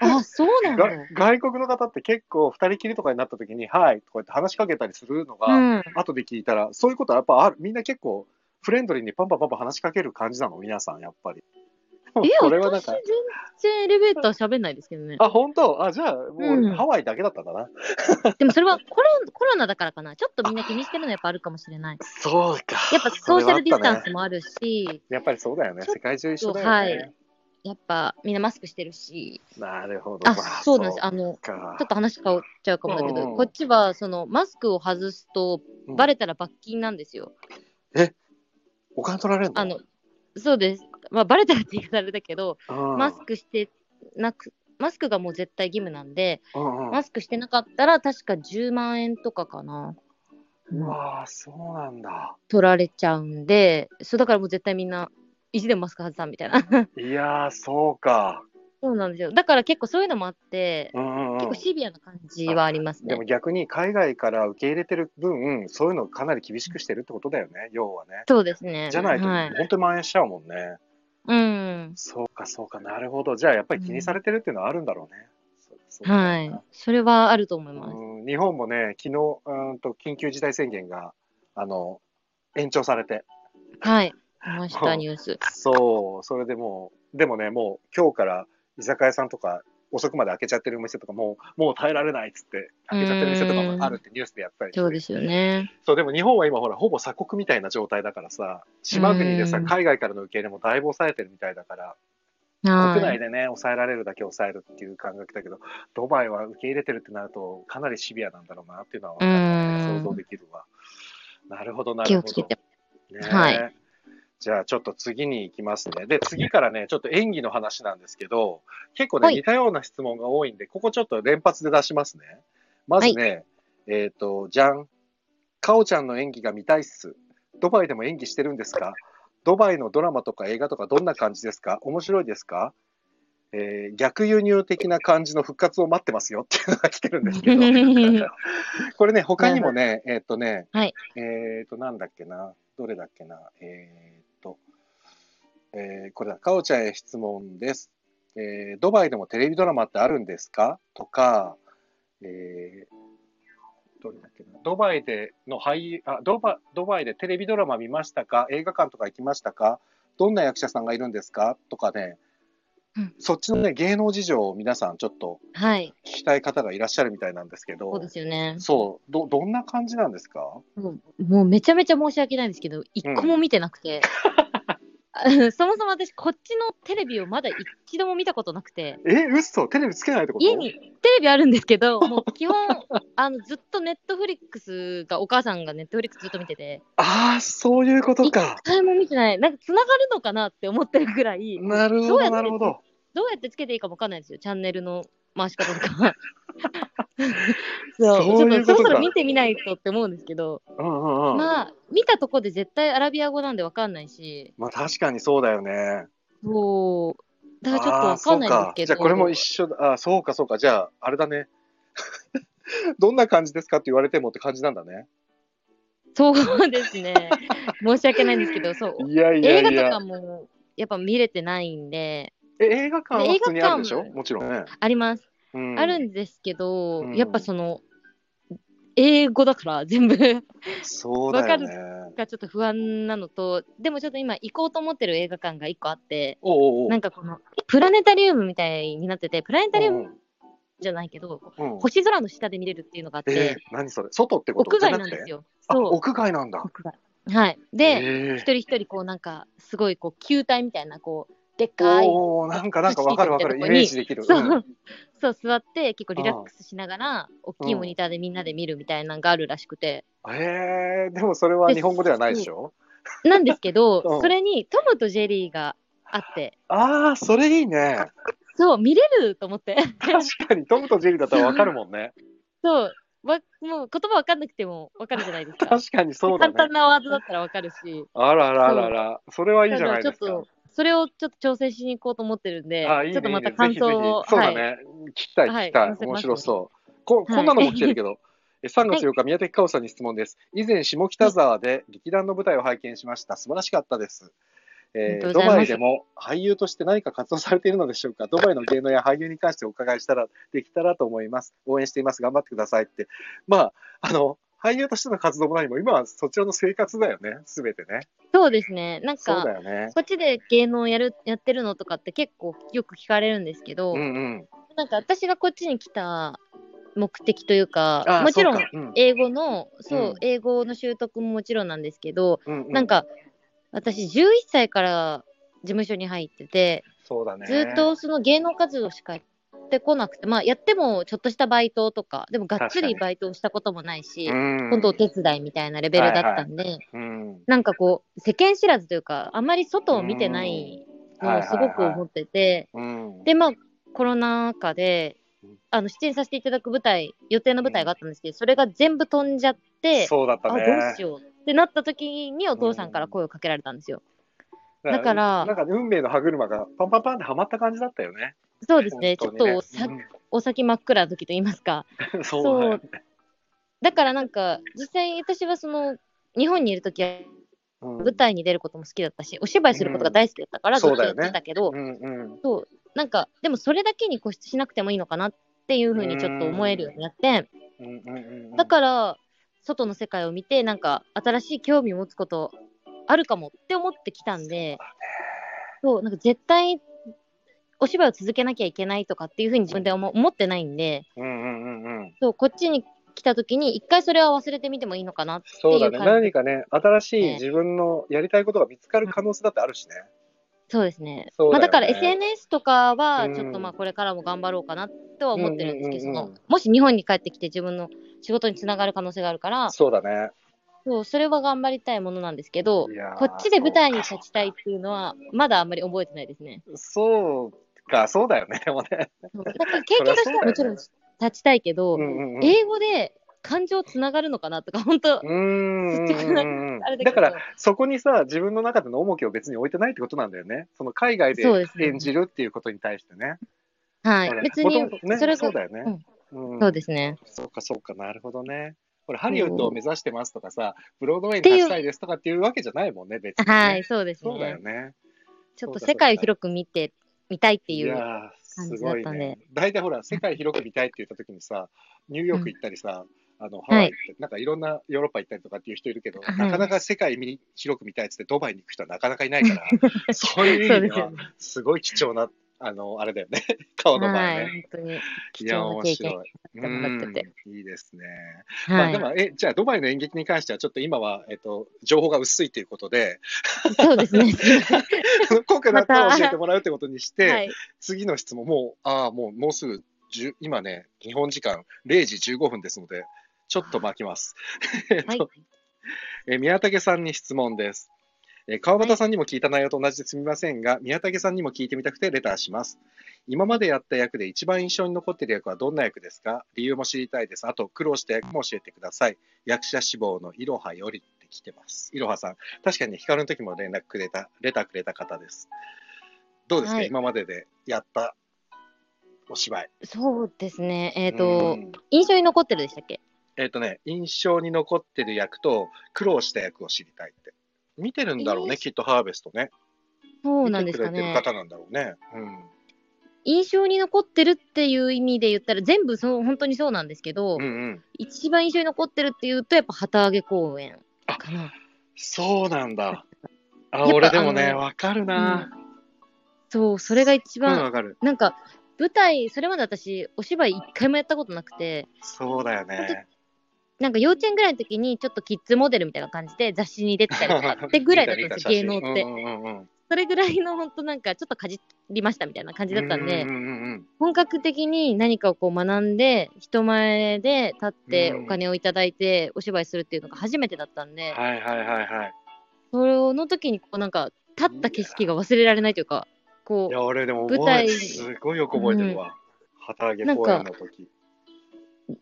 あそうなんだが外国の方って結構二人きりとかになった時に、はい、とかやって話しかけたりするのが、うん後で聞いたら、そういうことはやっぱある。みんな結構フレンドリーにパンパンパンパン話しかける感じなの、皆さん、やっぱり。え、 これはなん私か全然エレベーター喋んないですけ どね。あ、本当あ、じゃあ、もうう俺んハワイだけだったんだな。でもそれはコロコロナだからかな。ちょっとみんな気にしてるのやっぱ あるかもしれない。そうか。やっぱソーシャルディそれはあスタンったスねもあるし、やっぱりそうだよね。ちょっと世界中一緒だよね。やっぱみんなマスクしてるし。なるほど。あ、まあそうなんです。そあの、うかちょっと話変わっちゃうかもだけうんうど、んこっちはそのマスクを外すとうんバレたら罰金なんですよ。お金取られるのあの、そうです。まあバレたらって言い方あれだけど、うんマスクしてなく、マスクがもう絶対義務なんで、うんうんマスクしてなかったら確か10万円とかかな。うわあ、そうなんだ。取られちゃうんで、そうだからもう絶対みんな、意地でもマスク外さんみたいな。 いやー、そうか。そうなんですよ。だから結構そういうのもあってう、んうんうん結構シビアな感じはありますでねも。逆に海外から受け入れてる分、そういうのをかなり厳しくしてるってことだよね、要はね。そうですね。じゃないと、はい、本当に蔓延しちゃうもんね。うん。そうか、そうか、なるほど。じゃあ、やっぱり気にされてるっていうのはあるんだろうね。そうそうだよはねい。それはあると思います。うん日本もね、昨日うーんと緊急事態宣言があの延長されて、 はい。見ましもうた、ニュース。そう、それでもう、でもね、もう今日から居酒屋さんとか遅くまで開けちゃってる店とかもう、もう耐えられないっつって、開けちゃってる店とかもあるってニュースでやってたりして。そうですよね。そう、でも日本は今ほら、ほぼ鎖国みたいな状態だからさ、島国でうさ、ん海外からの受け入れもだいぶ抑えてるみたいだから、は国内い。でね、抑えられるだけ抑えるっていう感覚だけど、ドバイは受け入れてるってなると、かなりシビアなんだろうなっていうのはわかるねうん想像できるわ。なるほど、な気るをほつけど。て。ねはいじゃあちょっと次に行きますね。で、次からね、ちょっと演技の話なんですけど、結構ね、はい似たような質問が多いんで、ここちょっと連発で出しますね。まずね、えっ、と、じゃん。かおちゃんの演技が見たいっす。ドバイでも演技してるんですかドバイのドラマとか映画とかどんな感じですか面白いですかえー逆輸入的な感じの復活を待ってますよっていうのが来てるんですけど。 これね、他にもね、えーっとね、はいえーっと、なんだっけな、どれだっけな、えーっと、えーこれだ、かおちゃんへ質問です。えードバイでもテレビドラマってあるんですかとか、えーどれだっけな、ドバイでの俳優、あドバ、ドバイでテレビドラマ見ましたか映画館とか行きましたかどんな役者さんがいるんですかとかね、うんそっちのね、芸能事情を皆さんちょっと はい。聞きたい方がいらっしゃるみたいなんですけど、そうですよね。そう、ど、どんな感じなんですかもうもうめちゃめちゃ申し訳ないんですけど、一個も見てなくて。 そもそも私、こっちのテレビをまだ一度も見たことなくて、え、嘘テレビつけないってこと家にテレビあるんです けど、もう基本、あのずっとネットフリックスが、お母さんがネットフリックスずっと見てて、ああ、そういうことか。一回も見てない、なんかつながるのかなって思ってるぐらい、なるほどうやど、っなてるほど。どうやってつけていいかもわかんないんですよ、チャンネルの回し方と か。そういうことそうちょっとかそろそろ見てみないとって思うんですけど、うんうんうん。まあ、まあ、見たとこで絶対アラビア語なんでわかんないし、確かにそうだよね。そう、だからちょっとあわーそかうんないんですけど、じゃあこれも一緒だ。あーそうかそうか。じゃあ、あれだね。 どんな感じですかって言われてもって感じなんだね。そうですね、申し訳ないんですけど、そう、いや いや映い画とやか。もやっぱ見れてないんで、え映画館は普通にあるでしょ映画館もちろんね。あります、うん、あるんですけど、うんやっぱその、英語だから全部そうだよね。がちょっと不安なのと、でもちょっと今行こうと思ってる映画館が一個あって、おうおうおう。なんかこのプラネタリウムみたいになってて、プラネタリウムじゃないけど、うんうん星空の下で見れるっていうのがあって、えー、何それ外ってこと屋外じゃなくんてですよ。あそう。屋外なんだ。屋外。はい。で、えー一人一人こうなんか、すごいこう、球体みたいな、こう、でっかい。おおなんかなんかわかるわかるイ意識メーとかにジできる。、そううんそう、座って結構リラックスしながら、大きいモニターでみんなで見るみたいなのがあるらしくて。へえでもそれは日本語ではないでしょ。なんですけど、 うんそれにトムとジェリーがあって、ああそれいいね。そう、見れると思って。 確かにトムとジェリーだったらわかるもんね。そう。わもう言葉わかんなくてもわかるじゃないですか。 確かにそうだ簡ね単。なワードだったらわかるし。あららららそれはいいじゃないですだからちょかっ。と、それをちょっと挑戦しに行こうと思ってるんで、あいいねちょっとまいいたね感想を、ぜひぜひそうだはい、ね。聞きたいは聞いきたい載せ面ます白そう。ここんなのも来てるけど。え3月8日、宮崎かおさんに質問です。以前、下北沢で劇団の舞台を拝見しました。素晴らしかったです。えあーりがとドうございますバイでも俳優として何か活動されているのでしょうかドバイの芸能や俳優に関してお伺いしたら、できたらと思います。応援しています。頑張ってくださいって。まあ、あの、俳優としての活動も何も、今はそちらの生活だよね。すべてね。そうですね。なんそうか、だよね。こっちで芸能やるやってるのとかって結構よく聞かれるんですけど、うんうん。なんか私がこっちに来た目的というか、あもちろんそうかうん英語の、そう、うん英語の習得ももちろんなんですけど、うんうんなん、か、私11歳から事務所に入ってて、そうだね。ずっとその芸能活動しかやってこなくて、まあやってもちょっとしたバイトとか、でもがっつりバイトをしたこともないし、うん、本当お手伝いみたいなレベルだったんで、うん、なんかこう、世間知らずというか、あまり外を見てないのをすごく思ってて、うん、で、まあコロナ禍でうん、あの、出演させていただく舞台、予定の舞台があったんですけど、それが全部飛んじゃって、そうだったあ、どね。うしようってなった時にお父さんから声をかけられたんですよ。だからなんか運命の歯車がパンパンパンってはまった感じだったよね。そうですね、ちょ本っ当にとおさお先真っ暗の時と言いますか、うんそうだよね。だからなんか、実際私はその、日本にいる時はうん舞台に出ることも好きだったし、お芝居することが大好きだったから、うんずっそうとだやよっねてたけど、うんうん。そう、なんか、でもそれだけに固執しなくてもいいのかなっていうふうにちょっと思えるようになって、うんうんうんうんだから、外の世界を見て、なんか、新しい興味を持つことあるかもって思ってきたんで、そう、なんか絶対、お芝居を続けなきゃいけないとかっていうふうに自分で思思ってないんで、うんうんうんうん。そうこっちに来た時に一回それは忘れてみてもいいのかなってそうだね。っていう感じ何かね、新しいね自分のやりたいことが見つかる可能性だってあるしね。そうですねそうだよまねあ、だから SNS とかうはんちょっとまあこれからも頑張ろうかなとは思ってるんですけど、うんうんうんうんそのもし日本に帰ってきて自分の仕事につながる可能性があるからそうだね。そうそれは頑張りたいものなんですけどいやーこっちで舞台に立ちたいっていうのはまだあんまり覚えてないですね。そうか、そうだよね。でもね。そうだから経験としてはもちろん立ちたいけど、うんうんうん英語で感情つながるのかなとか本当、うーん率直なうんうんあれだだけかどらそこにさ自分の中での重きを別に置いてないってことなんだよねその海外でそうですね演じるっていうことに対してねはほらい、別もにともとねそれがそそうだよね、うんうですね。そうかそうかなるほどねこれハリウッドを目指してますとかさブロードウェイにっていう立ちたいですとかっていうわけじゃないもんね別にね、はい、そうですそうだよね。ねちょっと世界を広く見てみたいっていやう。ー感すじだっごいたんでね大体ほら世界広く見たいって言った時にさニューヨーク行ったりさ、あのハワイって、なんかいろんなヨーロッパ行ったりとかっていう人いるけど、はいなかなか世界見広く見たいっつってドバイに行く人はなかなかいないからそういう そ意味うでですよはね。すごい貴重なあのあれだよね 顔の場合はい、ね。本当に貴いや重な面経験白い。がもらっててうんいいですね。まはあい、でもえじゃあドバイの演劇に関してはちょっと今はえっと情報が薄いということで そうですね。今回だったらまた教えてもらうってことにして、はい、次の質問、もう、ああ、もう、もうすぐ、じゅ今ね、日本時間0時15分ですので、ちょっと待きます。えっとえー宮武さんに質問です。えー川端さんにも聞いた内容と同じですみませんが、宮武さんにも聞いてみたくてレターします。今までやった役で一番印象に残っている役はどんな役ですか理由も知りたいです。あと、苦労した役も教えてください。役者志望のいろはよりって来てます。いろはさん、確かに光の時も連絡くれた、レターくれた方です。どうですか、はい今まででやったお芝居。そうですね。ええっ、と、印象に残ってるでしたっけえっ、とね、印象に残ってる役と苦労した役を知りたいって。見てるんだろうね、えーきっとハーベストね。そうなんですか見てくれねてる。方なんだろうね。印象に残ってるっていう意味で言ったら全部そう本当にそうなんですけど、うん。うんうん。一番印象に残ってるっていうとやっぱ旗揚げ公演かな。そうなんだ。あ、やっぱ俺でもね、あのわかるな。そう、それが一うん、番、わかる。なんか、舞台、それまで私、お芝居一回もやったことなくて、そうだよね。なんか幼稚園ぐらいの時に、ちょっとキッズモデルみたいな感じで雑誌に出てたりとかってぐらいだったんです よ、芸能っうて。んうんうんうんそれぐらいの、本当なんか、ちょっとかじりましたみたいな感じだったんでう、んうんうん本格的に何かをこう学んで、人前で立ってうんお金をいただいて、お芝居するっていうのが初めてだったんうんで、はいはいはいはい。その時に、こうなんか、立った景色が忘れられないというか、こ、いうや、俺でも舞覚え台て、すごいよく覚えてるわ。旗揚げ公演の時。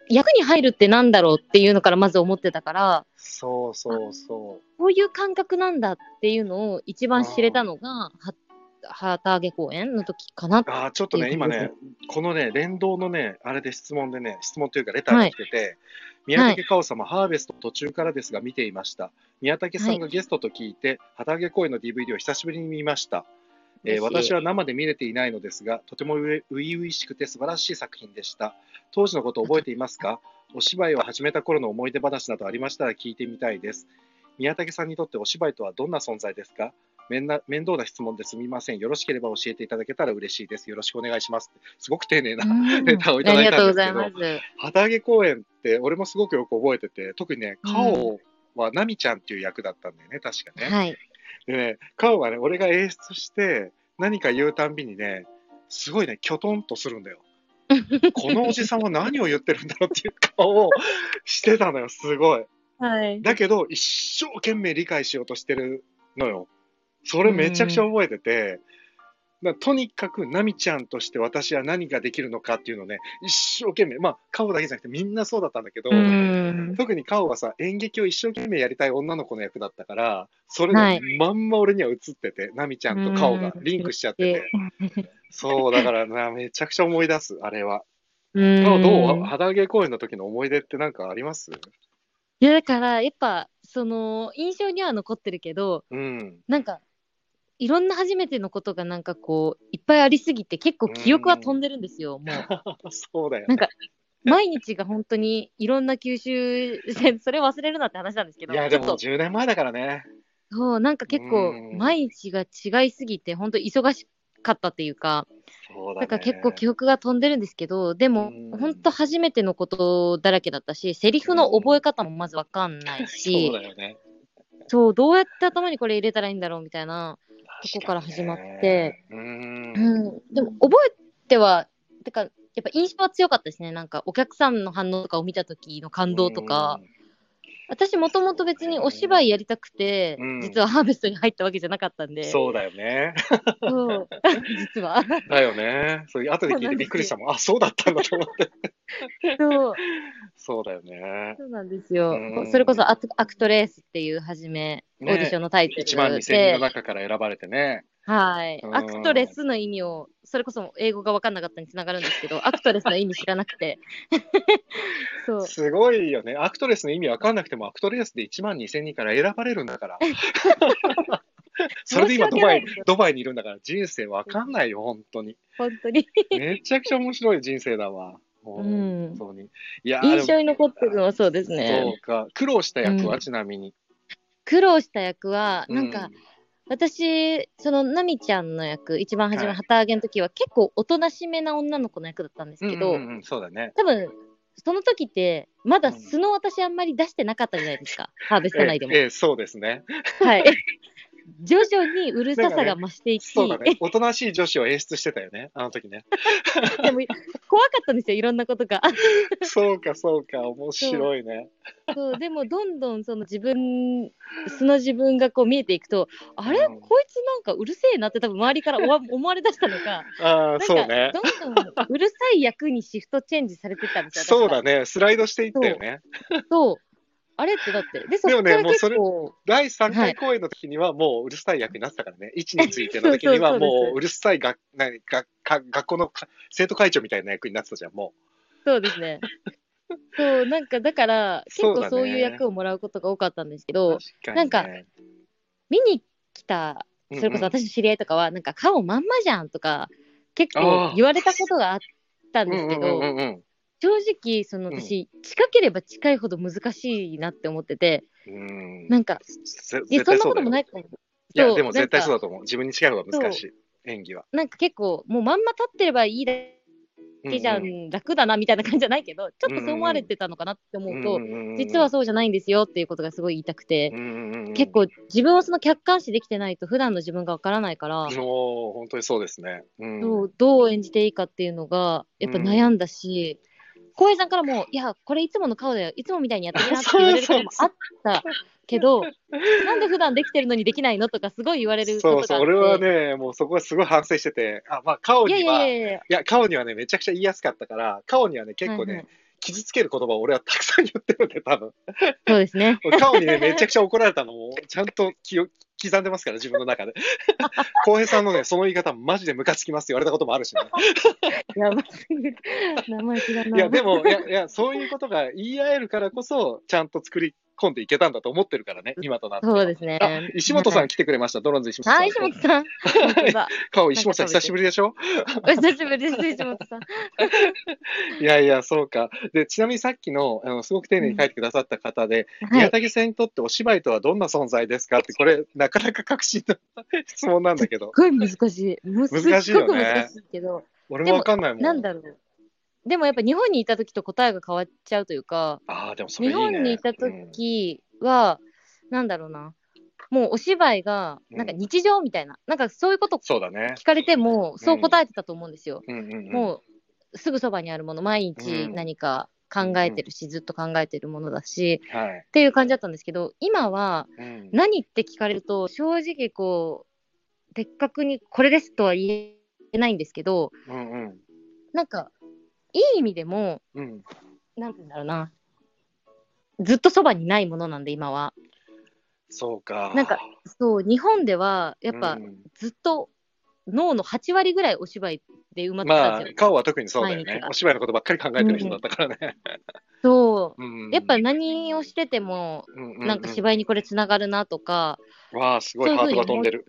役に入るってなんだろうっていうのからまず思ってたから、そうそうそう。こういう感覚なんだっていうのを一番知れたのが、は旗揚げ公演の時かな。ああ、ちょっとね、いい今感じですねね、このね、連動のね、あれで質問でね、質問というか、レターが来てて、宮武かお様、ハーベスト途中からですが、見ていました。宮武さんがゲストと聞いて、旗揚げ公演の DVD を久しぶりに見ました。えー嬉し私いは生で見れていないのですが、とても初々しくて素晴らしい作品でした。当時のことを覚えています かお芝居を始めた頃の思い出話などありましたら聞いてみたいです。宮武さんにとってお芝居とはどんな存在ですか面な面倒な質問ですみません。よろしければ教えていただけたら嬉しいです。よろしくお願いします。すごく丁寧な。 うんレターをいたあだりいたがとんうですけござどいます。旗揚げ公演って俺もすごくよく覚えてて、特にね、うんカオはナミちゃんっていう役だったんだよね、確かね。はい。でね、カオはね、俺が演出して、何か言うたんびにね、すごいね、きょとんとするんだよ。このおじさんは何を言ってるんだろうっていう顔をしてたのよ、すごい。はい。だけど、一生懸命理解しようとしてるのよ。それめちゃくちゃ覚えてて、だからとにかく、ナミちゃんとして私は何ができるのかっていうのをね、一生懸命、まあ、カオだけじゃなくてみんなそうだったんだけど、うん。特にカオはさ、演劇を一生懸命やりたい女の子の役だったから、それが、はいまんま俺には映ってて、ナミちゃんとカオがうんリンクしちゃってて、そう、だからな、めちゃくちゃ思い出す、あれは。うんカオどう肌揚げ公演の時の思い出ってなんかありますいや、だから、やっぱ、その、印象には残ってるけど、うん。 なんか、いろんな初めてのことがなんかこう、いっぱいありすぎて、結構記憶は飛んでるんですよ、もう。そうだよなねん。か、毎日が本当にいろんな吸収 して、それ忘れるなって話なんですけど、いや、ちでょっとも10年前だからね。そう、なんか結う構ん、毎日が違いすぎて、本当忙しかったというか、そうだだね。から結構記憶が飛んでるんですけど、でもうん、本当初めてのことだらけだったし、セリフの覚え方もまずわかんないそうし、だよね。そう、どうやって頭にこれ入れたらいいんだろうみたいな。こから始まって確かにね。うーん。うん、でも、覚えては、てか、やっぱ印象は強かったですね。なんか、お客さんの反応とかを見た時の感動とか、私もともと別にお芝居やりたくて、うん実はハーベストに入ったわけじゃなかったんうで、ん。そうだよね。そう 実は。だよね。そういう後で聞いてびっくりしたもん。あ、そうだったんだと思って。そうそうだよね。そうなんですよ。うんそれこそアクアクトレースっていう初め、オーねディションのタイトル1万2000人の中から選ばれてね。はい、うんアクトレスの意味を、それこそ英語が分かんなかったにつながるんですけど、アクトレスの意味知らな くて。そう、すごいよね。アクトレスの意味わかんなくても、アクトレスで1万2000人から選ばれるんだ から。それで今ドバイ申し訳ないです、よドバイにいるんだから、人生わかんないよ、本当に。本当に。めちゃくちゃ面白い人生だわ。本当に。いやー印象に残ってるのはそうですでもねそ。うか。苦労した役は、うんちなみに。苦労した役は、なんうか、、私、その、ナミちゃんの役、一番初め、はい旗揚げの時は、結構おとなしめな女の子の役だったんですけど、うんうんうん、そうだね。多分、その時って、まだ素の私あんまり出してなかったじゃないですか、ハーベスト内でもえ。えええそうですね。はい。徐々にうるささが増していき、そうだね。おとなしい女子を演出してたよね、あの時 ね。でも怖かったんですよ、いろんなことが。そうか、そうか、面白いね。そうでも、どんどんその自分、素の自分がこう見えていくと、あれ、うんこいつなんかうるせえなって、多分周りからお わ思われだしたのか、あなあん、そうかね。どんどんうるさい役にシフトチェンジされてったんですよ、そう私だね。スライドしていったよね。はそうあれってだって、で、そでもっねからもうそ結れ構、第3は回い公演の時にはもううるさい役になってたからね。1についての時にそはうそうそうですもううるさいがながか学校のか生徒会長みたいな役になってたじゃん、もそうですね。そう、なんかだから、結そうだ構ねそういう役をもらうことが多かったんですう。けど、確なかんかにね。見に来たそれこそうんうん私の知り合いとかは、なんか顔まんまじゃんとか、結あ構ー言われたことがあったんですけうんうんど、うんうん正直、そのうん私、近ければ近いほど難しいなって思ってて、うん。なんか、ぜいや、絶そ対そうだんなことよもないと思ういや、そうでも絶対そうなんかだと思う。自分に近い方が難しい。演技は。なんか結構、もうまんま立ってればいいだけじゃうんうんん、楽だなみたいな感じじゃないけど、ちょっとそう思われてたのかなって思うと、実はそうじゃないんですよっていうことがすごい言いたくて、結構自分をその客観視できてないと、普段の自分がわからないから、もう本当にそうですね。うんそうどう演じていいかっていうのがやっぱ悩んだし、浩平さんからも「いやこれいつもの顔だよいつもみたいにやって みな」って言われることもあったけどなんで普段できてるのにできないのとかすごい言われることそうがあってそう、俺はね、もうそこはすごい反省してて、あ、まあ、顔いにやは、いやいやいやいや、顔にはね、めちゃくちゃ言いやすかったから、顔にはね、結構ね、はいはい傷つける言葉を俺はたくさん言ってるんで、多分。そうですね顔にね、めちゃくちゃ怒られたのも、ちゃんと気を刻んでますから、自分の 中で。浩平さんのね、その言い方、マジでムカつきますって言われたこともあるしね。やばすぎる名前知らないいや、でも、いや、いや、そういうことが言い合えるからこそ、ちゃんと作り込んでいけたんだと思ってるからね、今となっては。そうですねあ石本さはん来てくれました、ドローンズ石い本さん。はい石本さん本 当だ顔、石本さん、久しぶりでしょお久しぶりです石本さんいやいや、そうか。で、ちなみにさっきの、あの、すごく丁寧に書いてくださった方で、は宮い武さんにとってお芝居とはどんな存在ですかって、これ、なかなか確信の質問なんだけど、すっごい難しいもうすっ難しいよごくね難しいけど俺もわかんないもん。なんだろうでもやっぱ日本にいた時と答えが変わっちゃうというか、ああ、でもそれい日いね。本にいたうん時は、なんだろうな、もうお芝居が、なんかうん日常みたいな、なんかそういうことそうだね。聞かれても、そう答えてたと思うんですよ。うんうんうん。もう、すぐそばにあるもの、毎う日ん何か考えてるし、ずっと考えてるものだし、はい。っていう感じだったんですけど、今は、うん何って聞かれると、正直こう、的確にこれですとは言えないんですけど、うんうん。なんか、いい意味でも、うん。なんて言うんだろうな、ずっとそばにないものなんで、今は。そうか。なんかそう日本ではやっぱうんずっと脳の8割ぐらいお芝居で埋まってたまんあですよ。、顔は特にそうだよ毎ね日。がお芝居のことばっかり考えてる人だったからね。そうんうやっぱ、何をしててもなんか芝居にこれつながるなとか、居。わあ、すごいハートが飛んで る。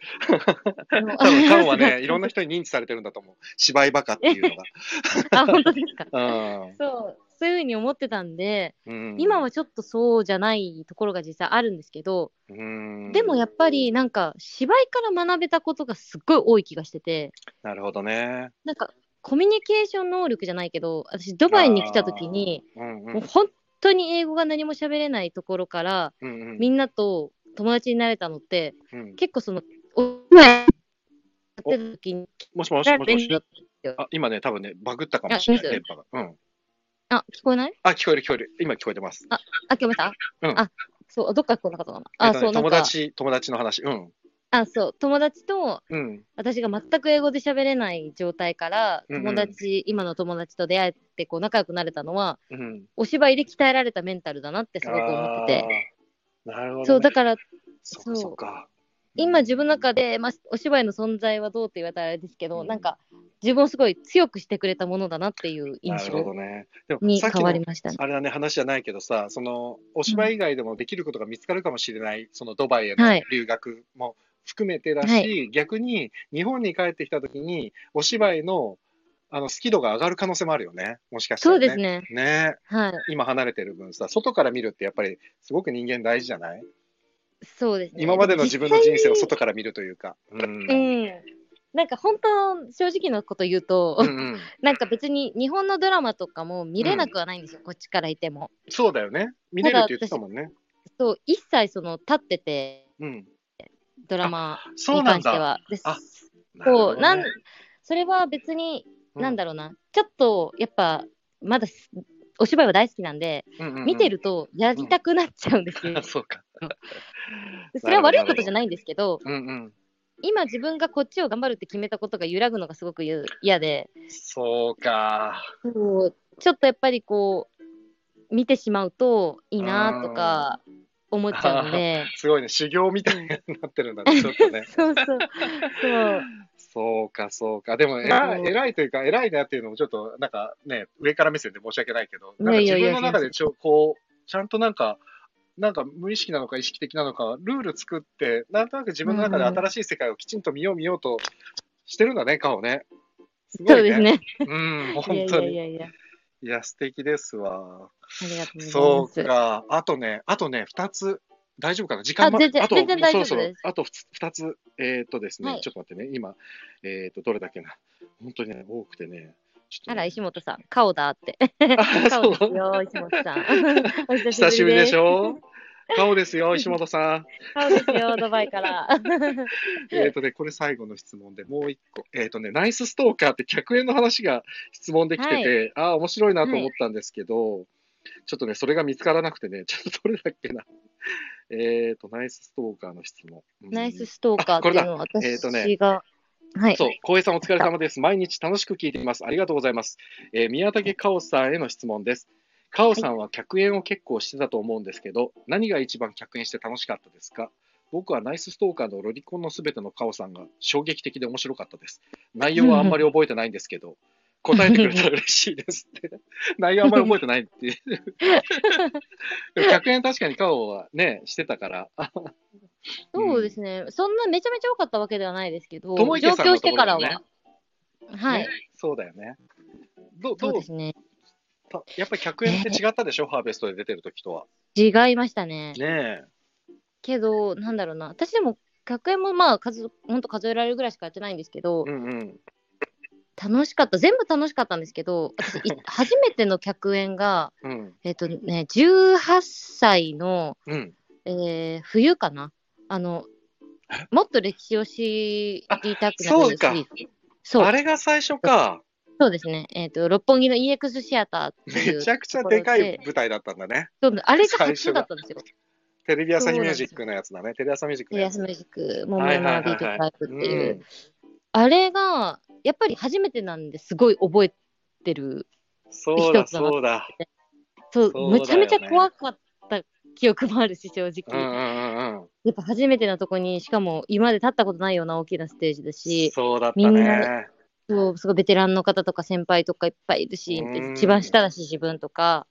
あの多分、カンは ね、いろんな人に認知されてるんだと思う。芝居バカっていうのが。 あ本当ですかうん。そうそういうふうに思ってたんで、うん今はちょっとそうじゃないところが実際あるんですけど、うんでもやっぱりなんか芝居から学べたことがすっごい多い気がしてて、なるほどね。なんかコミュニケーション能力じゃないけど、私ドバイに来た時に、うんうもうん本当に英語が何も喋れないところから、うんうんみんなと友達になれたのって、うん結構その、おやってた時に、もしもしもしもし。あ今ね、多分ね、バグったかもしれなあい、い電い波が。うん。あ、聞こえないあ、聞こえる聞こえる。今聞こえてます。あ、聞こえました、うんあ、そう、どっか聞こえなかったかな。えあ、っとねそう、なん友か、達、友達の話。うん。あ、そう、友達と、うん。私が全く英語で喋れない状態から、うんうん友達、今の友達と出会って、こう、仲良くなれたのは、うん。お芝居で鍛えられたメンタルだなってすごく思ってて。あーなるほど、ね。そう、だから、そっかそっか。今自分の中で、まあ、お芝居の存在はどうって言われたらあれですけど、なんか、自分をすごい強くしてくれたものだなっていう印なるほど象ね。でもにさっき変わりのましたね。あれだね、話じゃないけどさ、そのお芝居以外でもできることが見つかるかもしれない、そのドバイへのはい留学も含めてだし、は逆に日本に帰ってきたときに、お芝居のあの好き度が上がる可能性もあるよね、もしかしたそら、うね。ですね。ねはい。今離れてる分さ、外から見るってやっぱりすごく人間大事じゃないそうですね。今までの自分の人生を実際に外から見るというか。うんう。ん。なんか本当、正直なこと言うと、うんうんなんか別に日本のドラマとかも見れなくはないんですよ、こっちからいても。そうだよね。見れるって言ってたもんね。そう、一切その立ってて、うん。ドラマそうになん関してだ。は。であそう、ななんるほどね、それは別に、なんだだろうな、ちょっとやっぱ、まだすお芝居は大好きなんで、見てる。るとやりたくなっちゃうんですよ。あ そうか。それは悪いことじゃないんですけど、うんうん。今自分がこっちを頑張るって決めたことが揺らぐのがすごくゆ嫌で、そうか。そうちょっとやっぱりこう、見てしまうといいなとか思っちゃうん で、。すごいね。修行みたいになってるんだね。ちょっとね そうそう、そう、そうか、そうか。でも、偉い、偉いというか、偉いなっていうのも、ちょっと、なんかね、上から目線で申し訳ないけど、なんかい自やいや分いやの中でちょ、こう、ちゃんとなんか、なんか無意識なのか意識的なのか、ルール作って、なんとなく自分の中で新しい世界をきちんと見よう見ようとしてるんだね、顔ね。すごそういです。ね。うん、いや本い当やいに。やいや、あいや、素敵ですわ。りがとうございます。そうか。あとね、あとね、二つ。大丈夫かな時間あ全然あと、全然大丈夫そろそろで、すあとふつ二つ。えーっとですね、はいちょっと待ってね、今、えーっと、どれだっけな。本当にね、多くてね。ちょっとあねら、石本さん、顔だって。あ顔 そうですよ、石 本さん。お久久しぶりでしょ。 ょ顔ですよ、石本さん。顔です よ、ドバイから。えーっとね、これ最後の質問で、もう一個。えーっとね、ナイスストーカーって客円の話が質問できてて、ああ、面白いなと思ったんですけど、ちょっとね、それが見つからなくてね、ちょっとどれだっけな。えーっと、ナイスストーカーの質問。うん ナイスストーカーっていうのはれだえーとね私が。はい。そう、浩平さんお疲れ様です。毎日楽しく聞いています。ありがとうございます。えー宮武かおさんへの質問です。かおさんは客演を結構してたと思うんですけど、何が一番客演して楽しかったですか僕はナイスストーカーのロリコンのすべてのかおさんが衝撃的で面白かったです。内容はあんまり覚えてないんですけど、答えてくれたら嬉しいです って。内容あんまり覚えてないっていう。でも客演確かにかおはね、してたから、あそうですね。そんなめちゃめちゃ多かったわけではないですけど、友池上さんの京ところしてからだよは。はいね。そうだよね。どうどそううですね。たやっぱり100円って違ったでしょ、ハーベストで出てる時とは。違いましたね。ねけど、なんだろうな。私でも、100円もまあ、数、ほんと数えられるぐらいしかやってないんですけどえ。う、んうん。楽しかった。全部楽しかったんですけど、 私、い初めての100円が、うん。えっとね、18歳の、うん。えー冬かなあの、もっと歴史を知りたくなあるそうシリかーズ。そうあれが最初か。そうですね。えっ、と、六本木の EX シアターっていう。めちゃくちゃでかい舞台だったんだね。そうあれが最初が初だったんですよ。テレビ朝日ミュージックのやつだね。テレ朝ミュージックテのレやアスつ。ミュージック、モーマービートタイプっていう。うんあれが、やっぱり初めてなんですごい覚えてる。そうだ、そうだ。そう、そうだよねめちゃめちゃ怖かった記憶もあるし、正直。うんうんうんうん。やっぱ初めてのとこに、しかも今まで立ったことないような大きなステージだし、そうだったみんなね。そうすごいベテランの方とか先輩とかいっぱいいるしうん、一番下だし自分とか、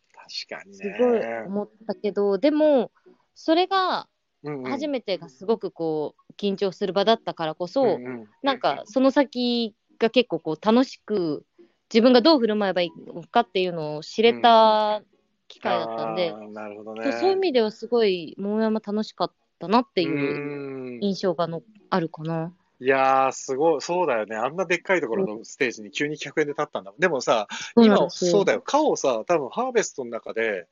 確かにすね。ごい思ったけど、でも、それがうんうん初めてがすごくこう緊張する場だったからこそ、うんうんなんかその先が結構こう楽しく自分がどう振る舞えばいいのかっていうのを知れた機会だったんで、あーなるほどそうね。そういう意味ではすごい桃山楽しかったなっていううん印象がのあるかな。いやー、すごい、そうだよね。あんなでっかいところのステージに急に100円で立ったんだもん。でもさ、そうなん今、ですよそうだよ。カオさ、多分ハーベストの中で、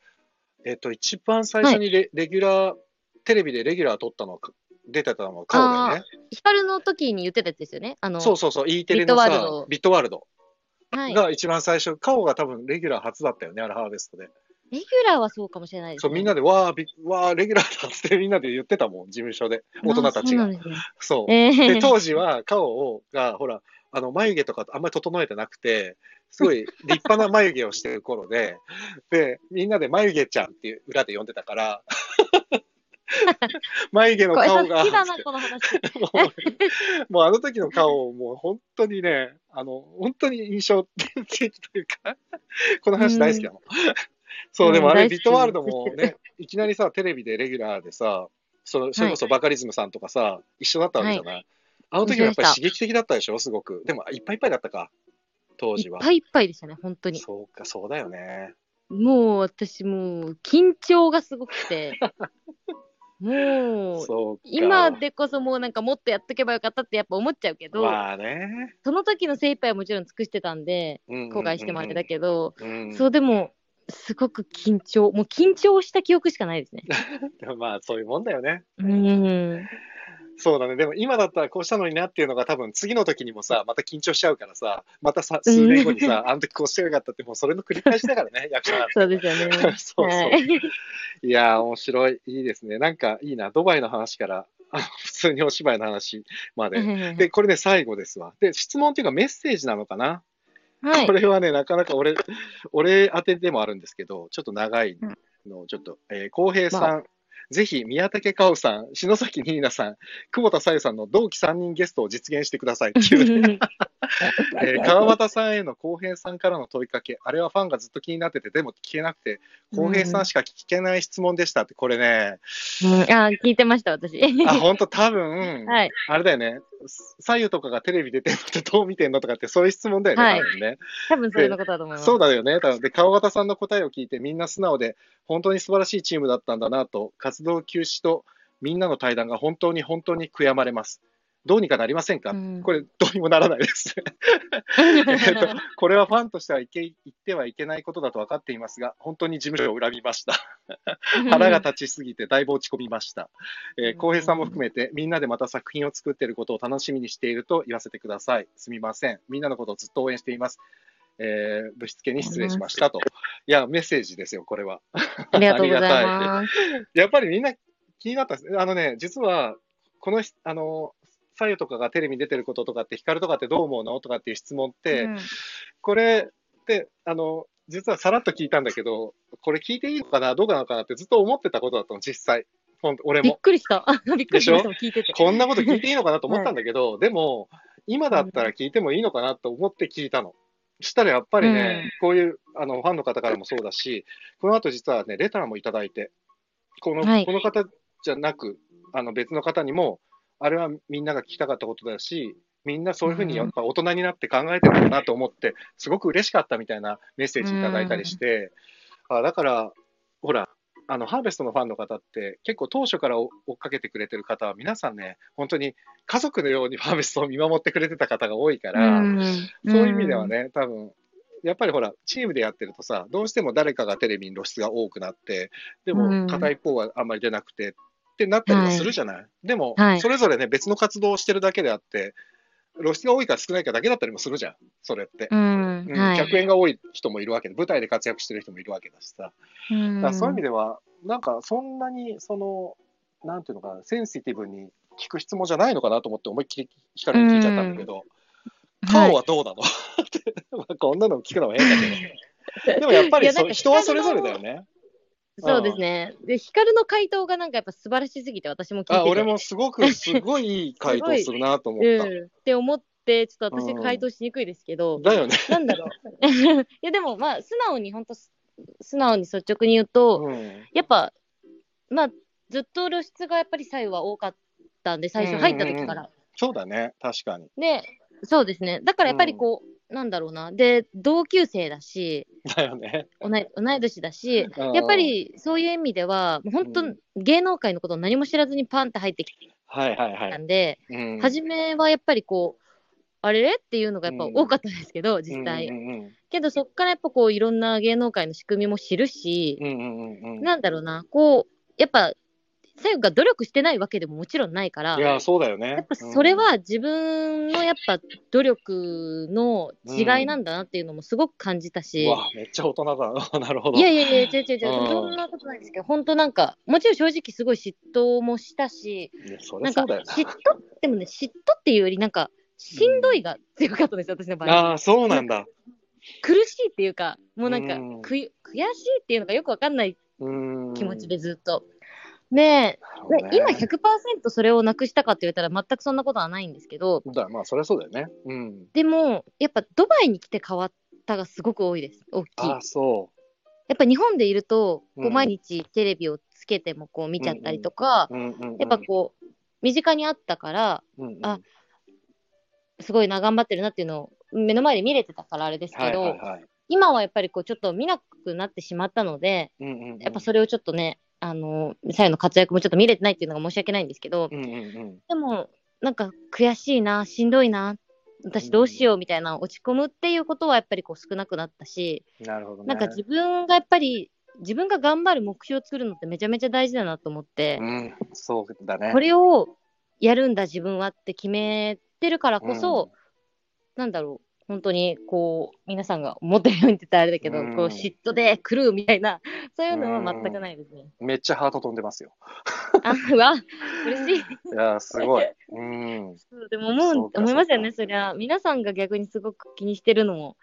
えっと、一番最初にレ,、レギュラー、テレビでレギュラー取ったのは、出てたのはカオだよね。光の時に言ってたやつですよね。あのそうそうそう、E テレのさ、ビットワールドビットワールドはい、レが一番最初、カオが多分レギュラー初だったよね、あれハーベストで。ギュラーはそうかもしれないです、そね。う、みんなで、わー、びわー、レギュラーだっつってみんなで言ってたもん、事務所で。大人たちあがー。そうなんですねそう。えー で当時は顔をがほらあの眉毛とかあんまり整えてなくてすごい立派な眉毛をしてる頃で でみんなで眉毛ちゃんっていう裏で呼んでたから 眉毛のこれ顔好がきだな、この話。もう もうあの時の顔をもう本当にねあの本当に印象的というか この話大好きなの。そううんでもあれ大好きビットワールドもねいきなりさテレビでレギュラーでさそれそれこそバカリズムさんとかさ、一緒だったわけじゃない、あの時もやっぱり一緒でした刺激的だったでしょすごくでもいっぱいいっぱいだったか当い時っはぱいいっぱいでしたね、本当に。そうかそうだよねもう私もう緊張がすごく て、もうそうか今でこそもうなんかもっとやっとけばよかったってやっぱ思っちゃうけど、まあね、その時の精一杯はもちろん尽くしてたんで、うんうんうんうん後悔してもあれだけど、うんそうでも、すごく緊張、もう緊張した記憶しかな いですね。でもまあそういうもんだよねうん。そうだね。でも今だったらこうしたのになっていうのが多分次の時にもさ、また緊張しちゃうからさ、またさ、数年後にさ、あ の時こうしてよかったって、もうそれの繰り返しだからね、役者なんて そうですよね。 そうそう。はいい、やー、面白い。いいですね。なんかいいな。ドバイの話から、あの普通にお芝居の話まで。で、これね、最後ですわ。で、質問っていうかメッセージなのかな、 はいこ。れはね、なかなか俺、 俺宛てでもあるんですけど、ちょっと長いのを、ちょっと、えー、浩平さん、ぜひ宮武かおさん、篠崎ニーナさん、久保田さゆさんの同期3人ゲストを実現してくださいって いう、えー 川端さんへの浩平さんからの問いかけ、あれはファンがずっと気になってて、でも聞けなくて、浩平さんしか聞けない質問でしたって、これね、うんあ、聞いてました、私。あ、ほんと多分、 はい。あれだよね、左右とかがテレビ出てるのってどう見てんのとかって、そういう質問だよね、はい多分ね。多分それのことだと思います。そうだよね。多分で、川端さんの答えを聞いて、みんな素直で、本当に素晴らしいチームだったんだなと、活動休止とみんなの対談が本当に本当に悔やまれます。どうにかなりませんか、うんこれ、どうにもならない です。えっと、これはファンとしてはいけ言ってはいけないことだと分かっていますが、本当に事務所を恨みました。腹が立ちすぎてだいぶ落ち込みました。えー、浩平さんも含めて、みんなでまた作品を作っていることを楽しみにしていると言わせてください。すみません。みんなのことをずっと応援しています。えー、ぶしつけに失礼しましたと。いや、メッセージですよ、これは。 ありがとうござ います。やっぱりみんな気になったんです。あのね、実は、このひ、あの、左右とかがテレビに出てることとかって、光とかってどう思うのとかっていう質問って、うんこれって、あの、実はさらっと聞いたんだけど、これ聞いていいのかな、どうかなのかなってずっと思ってたことだったの、実際。ほんと俺びっも。くりした。 びっくりしました、で聞いてて。こんなこと聞いていいのかなと思ったんだけど、でも、今だったら聞いてもいいのかなと思って聞いたの。したらやっぱりね、うんこういうあのファンの方からもそうだし、この後実はね、レターもいただいて、この,、はいこの方じゃなく、あの別の方にも、あれはみんなが聞きたかったことだし、みんなそういうふうにやっぱ大人になって考えてるんだなと思って、すごく嬉しかったみたいなメッセージいただいたりして、あだから、ほら、あのハーベストのファンの方って、結構当初から追追っかけてくれてる方は、皆さんね、本当に家族のようにハーベストを見守ってくれてた方が多いから、そういう意味ではねね、多分やっぱりほら、チームでやってるとさ、どうしても誰かがテレビに露出が多くなって、でうんも片一方はあんまり出なくてってなったりはするじゃない。でも、はいそれぞれね、別の活動をしてるだけであって、露出が多いか少ないかだけだったりもするじゃん、それって。うん、うんはい。客演が多い人もいるわけで、舞台で活躍してる人もいるわけだしさ。だからそういう意味で、では、なんかそんなに、その、なんていうのかな、センシティブに聞く質問じゃないのかなと思って、思いっきり光に聞いちゃったんだけど、はい顔はどうなの、 ってまあこんなの聞くのも変だけど。でもやっぱいりやなんそか人はそれぞれだよね。そうですね。で、光の回答がなんかやっぱ素晴らしすぎて、私も聞いてて。あ、俺もすごく、すごいいい回答するなと思うっん。って思って、ちょっと私うん回答しにくいですけた。ど、だよね。なんだろう。 いや、でもまあ、素直に、本当す素直に率直に言うと、うんやっぱ、まあ、ずっと露出がやっぱり左右は多かったんで、最初入った時から。そうだね、確かに。で、そうですね。だからやっぱりこう、なんだろうなで同級生だしだよね。同い同い年だしうんやっぱりそういう意味ではもう本当、うん芸能界のことを何も知らずにパンって入ってきはいはいはたい。んで、うん初めはやっぱりこうあれれっていうのがやっぱ多かったんですけど、実際、うんうんけどそっからやっぱこういろんな芸能界の仕組みも知るし、うんうんうんうんうんなんだろうなこうやっぱ最後が努力してないわけでももちろんないからいや、そうだよね。やっぱそれは自分のやっぱ努力の違いなんだなっていうのもすごく感じたうん、し、うわ、めっちゃ大人だな。 なるほど。いやいやいや、違う違う違う、うんそんなことないですけど、本当なんか、もちろん正直すごい嫉妬もしたし、いやそりゃなんそかうだよ嫉妬、でもね、嫉妬っていうより、なんか、しんどいが強かったです、私の場な。合。ああー、そうなんだ。苦しいっていうか、もうなんか、うんくい悔しいっていうのがよくわかんないうん。気持ちでずっと。ねなるえ、ほどねね。今100%それをなくしたかって言ったら全くそんなことはないんですけど、だまあ、そりゃそうだよね。うん。でも、やっぱドバイに来て変わったがすごく多いです、大きい。ああ、そやっぱ日本でいると、こううん毎日テレビをつけてもこう見ちゃったりとか、う。うんうんうん、やっぱこう、身近にあったから、うんうん、あすごいな、頑張ってるなっていうのを目の前で見れてたからあれですはけいど、はいはい。今はやっぱりこう、ちょっと見なくなってしまったので、うんうんうん、やっぱそれをちょっとね、あの、最後の活躍もちょっと見れてないっていうのが申し訳ないんですけどう、んうんうん。でも、なんか悔しいな、しんどいな、私どうしようみたいな落ち込むっていうことはやっぱりこう少なくなったし、なるほどね。なんか自分がやっぱり、自分が頑張る目標を作るのってめちゃめちゃ大事だなと思って、うん、そうだね。これをやるんだ自分はって決めてるからこそ、なんだろう本当にこう皆さんが思ったようにって言ったらあれだけど、うんこう嫉妬で狂うみたいなそういうのは全くないですね。めっちゃハート飛んでますよ。あうわ嬉しいいやー、すごい。うん。でも思うそうか思いますよねそそりゃ皆さんが逆にすごく気にしてるのも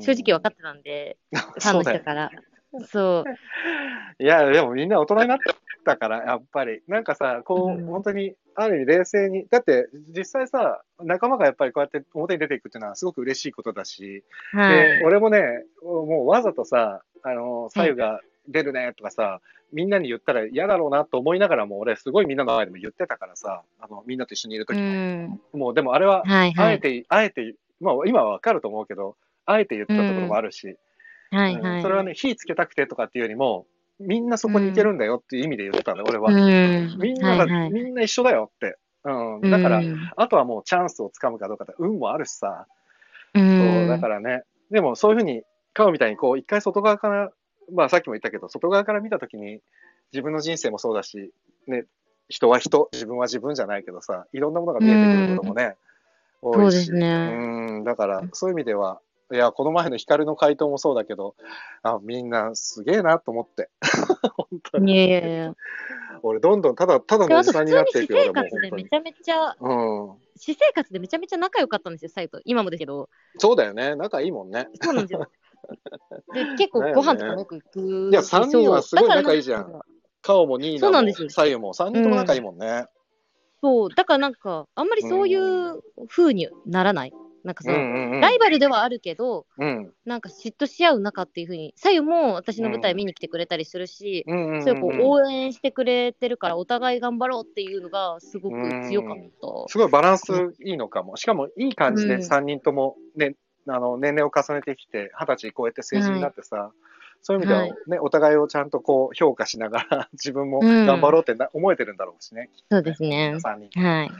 正直分かっってたんで、たファ そうンのだよ人から。そういや、でもみんな大人になったから、やっぱり。なんかさ、こう、うん本当に、ある意味冷静に。だって、実際さ、仲間がやっぱりこうやって表に出ていくっていうのはすごく嬉しいことだし、はいで、俺もね、もうわざとさ、あの、左右が出るねとかさ、みんなに言ったら嫌だろうなと思いながらも、俺すごいみんなの前でも言ってたからさ、あの、みんなと一緒にいるとうきも。んもうでもあれは、はいあはえいて、あえて、まあ今はわかると思うけど、あえて言ったところもあるし、はいうんはい。それはね、火つけたくてとかっていうよりも、みんなそこに行けるんだよっていう意味で言ったんだ、俺は。うんみんなが、はいはいみんな一緒だよって。うん、だから、うんあとはもうチャンスをつかむかどうかって、運もあるしさ、うんそうだからね、でもそういうふうに、顔みたいにこう、一回外側から、まあさっきも言ったけど、外側から見たときに、自分の人生もそうだし、ね、人は人、自分は自分じゃないけどさ、いろんなものが見えてくることもね、そ多ういしですね。うん、だから、そういう意味では、いや、この前の光の回答もそうだけど、あみんなすげえなと思って。本当に。いやいやいや。俺、どんどんただ、ただでのおあじとさ普んにな通っにてい私くよ、俺生も本活当でめにち。ゃめちゃ、うん。私生活でめちゃめちゃ仲良かったんですよ、サイと。今もですけど。そうだよね。仲いいもんね。そうなん ですよ。で結構ご飯とかもよく行く。いや三人はすごいそうだから仲いいじゃんカオもニーそうナなんですもよサユも3人とも仲いいもんね。そう、だからなんか、あんまりそういう風にならない。なんかうそんうの、んうん。ライバルではあるけど、うんなんか嫉妬し合う仲っていう風に、サユも私の舞台見に来てくれたりするし、うんうん。そういうこう応援してくれてるから、お互い頑張ろうっていうのがすごく強かった。すごいバランスいいのかも。しかもいい感じでうん3人とも、ねあの年齢を重ねてきて、20歳超えて成人になってさ、そういう意味では、はいねお互いをちゃんとこう評価しながら、 自分もうん頑張ろうってな、思えてるんだろうしね、そうですね。 3人。はい。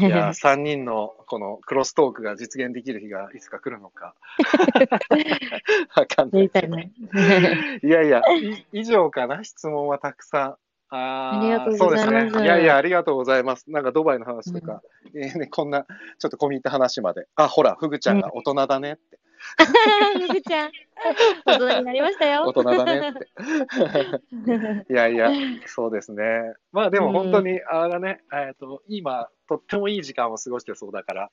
いや、3人 のこのクロストークが実現できる日がいつか来るの か。わかんなやりいたけいど。な。 いやい や、い以上かな、質問はたくさん。あーありがとうございますそうですね。いやいや、ありがとうございます。なんかドバイの話とか、えーね、こんな、ちょっと込み入った話まで。あ、ほら、フグちゃんが大人だねって。ゆずちゃん、大人になりました大よ。人だねって。いやいや、そうですね。まあでも本当に、あれだね、えっと、今、とってもいい時間を過ごしてそうだから、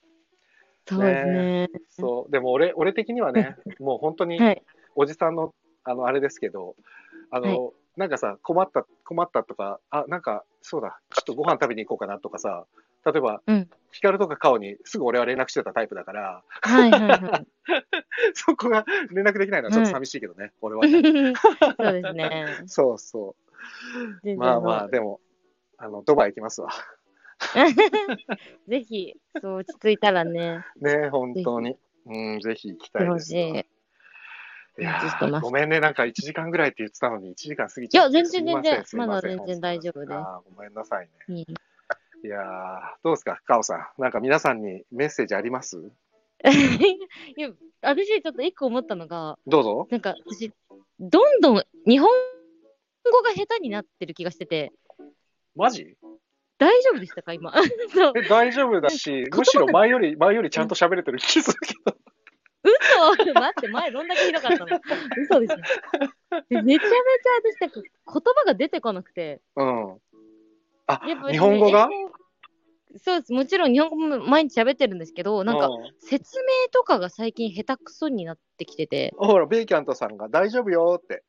そうですね。そう、でも俺、俺的にはね、もう本当にはい。おじさんの、あの、あれですけど、あの、なんかさ、困った、困ったとか、あ、なんか、そうだ、ちょっとご飯食べに行こうかなとかさ、例えば、うんヒカルとかカオにすぐ俺は連絡してたタイプだから、 はいはいはい。そこが連絡できないのはちょっと寂しいけどね、俺は ね。そうですね。そうそう。全然まあまあ、でも、あの、ドバイ行きますわ。 ぜひ、そう落ち着いたらね。 ね、本当に。うん、ぜひ行きた来ていほでしす。い。いやちょっとー待ごめんね、なんか1時間ぐらいって言ってたのに、1時間過ぎちゃって。いや全然全然すいせんまだ全然大丈夫ですあーごめんなさいね。 うんいやーどうですか、カオさん。なんか皆さんにメッセージありますいや私ちょっと一個思ったのがどうぞ。なんか私どんどん日本語が下手になってる気がしててマジ大丈夫でしたか今 そうえ大丈夫だし、むしろ前より、前よりちゃんと喋れてる気づけど。嘘待って前どんだけひどかっ たの嘘ですねでめちゃめちゃ私なんか言葉が出てこなくてうん。あやっぱ、日本語が英語そうですもちろん日本語も毎日喋ってるんですけどなんうか説明とかが最近下手くそになってきててほら、ベイキャントさんが大丈夫よーって。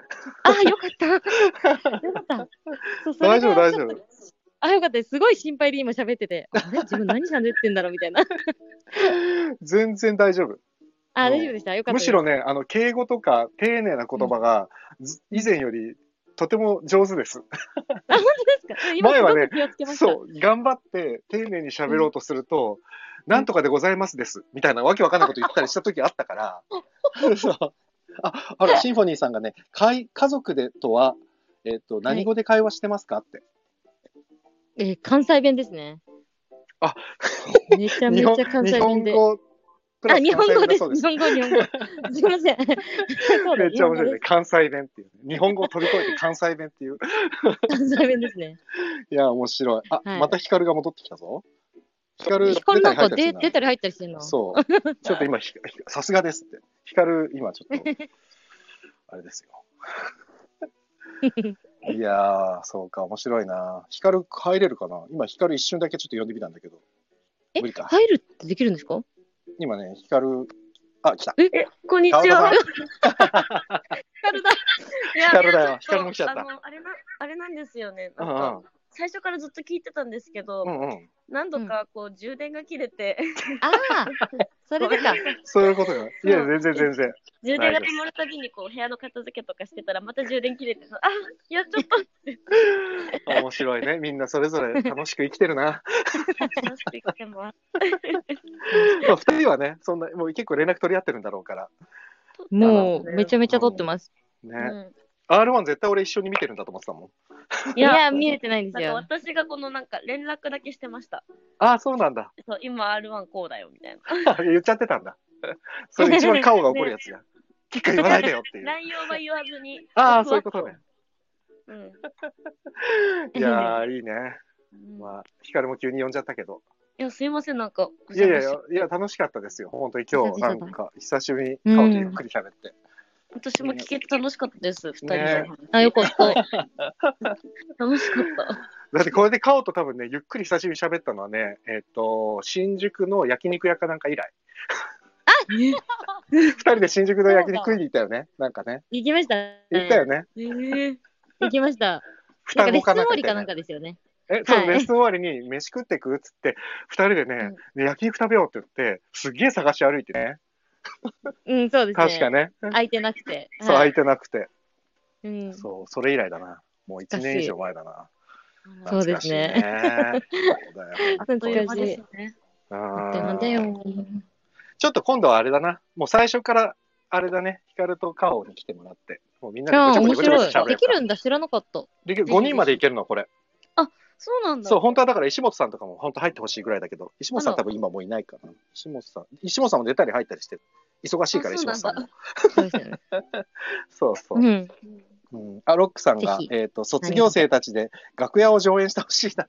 ああ、よかった。よかった。そうそれ大丈夫、が大ち丈ょっと夫。あ、よかったです。すごい心配で今喋ってて、あれ自分何喋ってんだろうみたいな。全然大丈夫。あ、大丈夫でした。よかったむです。しろね、あの、敬語とか丁寧な言葉が、ず以前よりとても上手です。あ、本当ですか。今前すはごねく気をつけました。そう、頑張って丁寧に喋ろうとすると、なんとかでございますです、みたいなわけわかんないこと言ったりした時あった から。そうあ、あら、シンフォニーさんがね、かい家族でとは、えっ、と、何語で会話してますかって。えー関西弁ですね。あ、めちゃめ日ち本ゃ関西弁日で。本語プあ、ラス日本関西語弁でだす。そうです日。本語、日本語。すいません。そうめだっちゃ面白いね日。関西弁っていう、ね。日本語を飛び越えて関西弁っていう。本語です関西弁ですね。いや、面白い。あ、はいまたヒカルが戻ってきたぞ。ヒカル、ヒカル出たなんり入ったりするなか出出たり入ったりしてるの。そう。 ちょっと今、ひひさすがですって。ヒカル、今ちょ っと、あれですよ。 いやー、そうか、面白いな。ヒカル入れるかな今、ヒカル一瞬だけちょっと呼んでみたんだけど。え、無理か入るってできるんですか今ね、ヒカル、あ、来た。え、こんにち川田 さはん。。ヒカルだ。いやヒカルだよいやヒカルも来ちゃったあのあれなあれなんですよね。うなんんか最初からずっと聞いてたんですけど、うん。うんうん。何度かこう充電が切れて、 ああ、それでか。そういうことが。いや、全然全然。充電が止まるたびにこう部屋の片付けとかしてたらまた充電切れて、あいや ちょっと面白いね。みんなそれぞれ楽しく生きてる な。楽しく生きてます。まあ、二人はね、そんな、もう結構連絡取り合ってるんだろうから。もう、めちゃめちゃ撮ってます。うね。ん R1 絶対俺一緒に見てるんだと思ってたもん。いいや、や見れてないんですなよん。か私がこのなんか連絡だけしてました。ああ、そうなんだ。そう今 R1 こうだよみたいな。 言っちゃってたんだ。それ一番顔が怒るやつ じゃん。キック言わないでよっていう。内容は言わずに。 ああ、そういうことね。うん。いやー、いいね。うんまあ、ヒカルも急に呼んじゃったけど。いやすいませんなんか。いやいやいや、いや楽しかったですよ。本当に今日、なんか、久しぶりに顔とゆっくり喋って。私も聞けて楽しかったです、二人ねで。あ、よかった。楽しかった。だってこれで顔と多分ね、ゆっくり久しぶりに喋ったのはね、えっ、と、新宿の焼肉屋かなんか以来。 二人で新宿の焼肉食いに行ったよね。なんかね。行きました。行ったよね。えー、行きました。双なんかレ子ッスかンなんか終わ行りったよねかなんかですよね。え、そう、はいレッスン終わりに飯食ってくっつって、二人でね、で焼肉食べようって言って、すっげえ探し歩いてね。うん、そうですね。確かに。ね。空いてなくて。そう、は空い。いてなくて。うん。そう、それ以来だな。もう一年以上前だな。そうですね懐かしいね。懐という間かしでいす。ね。あでもだーよ。ちょっと今度はあれだな。もう最初から、あれだね。ヒカルとカオに来てもらって。もうみんあなあ、でご面ちゃごちゃごちゃ白ごちゃ喋るい。でかきら。るんだ、知らなかった。できる5人までいけるの、これ。そうなんだ。そう、本当はだから石本さんとかも本当入ってほしいぐらいだけど、石本さん多分今もういないかな。石本さん、石本さんも出たり入ったりしてる。忙しいからあ石そ本うなんさだんも。そうですよね。そうそう。うん。うんあ、ロックさんがぜ、ひえっ、と、卒業生たちで楽屋を上演してほし いな。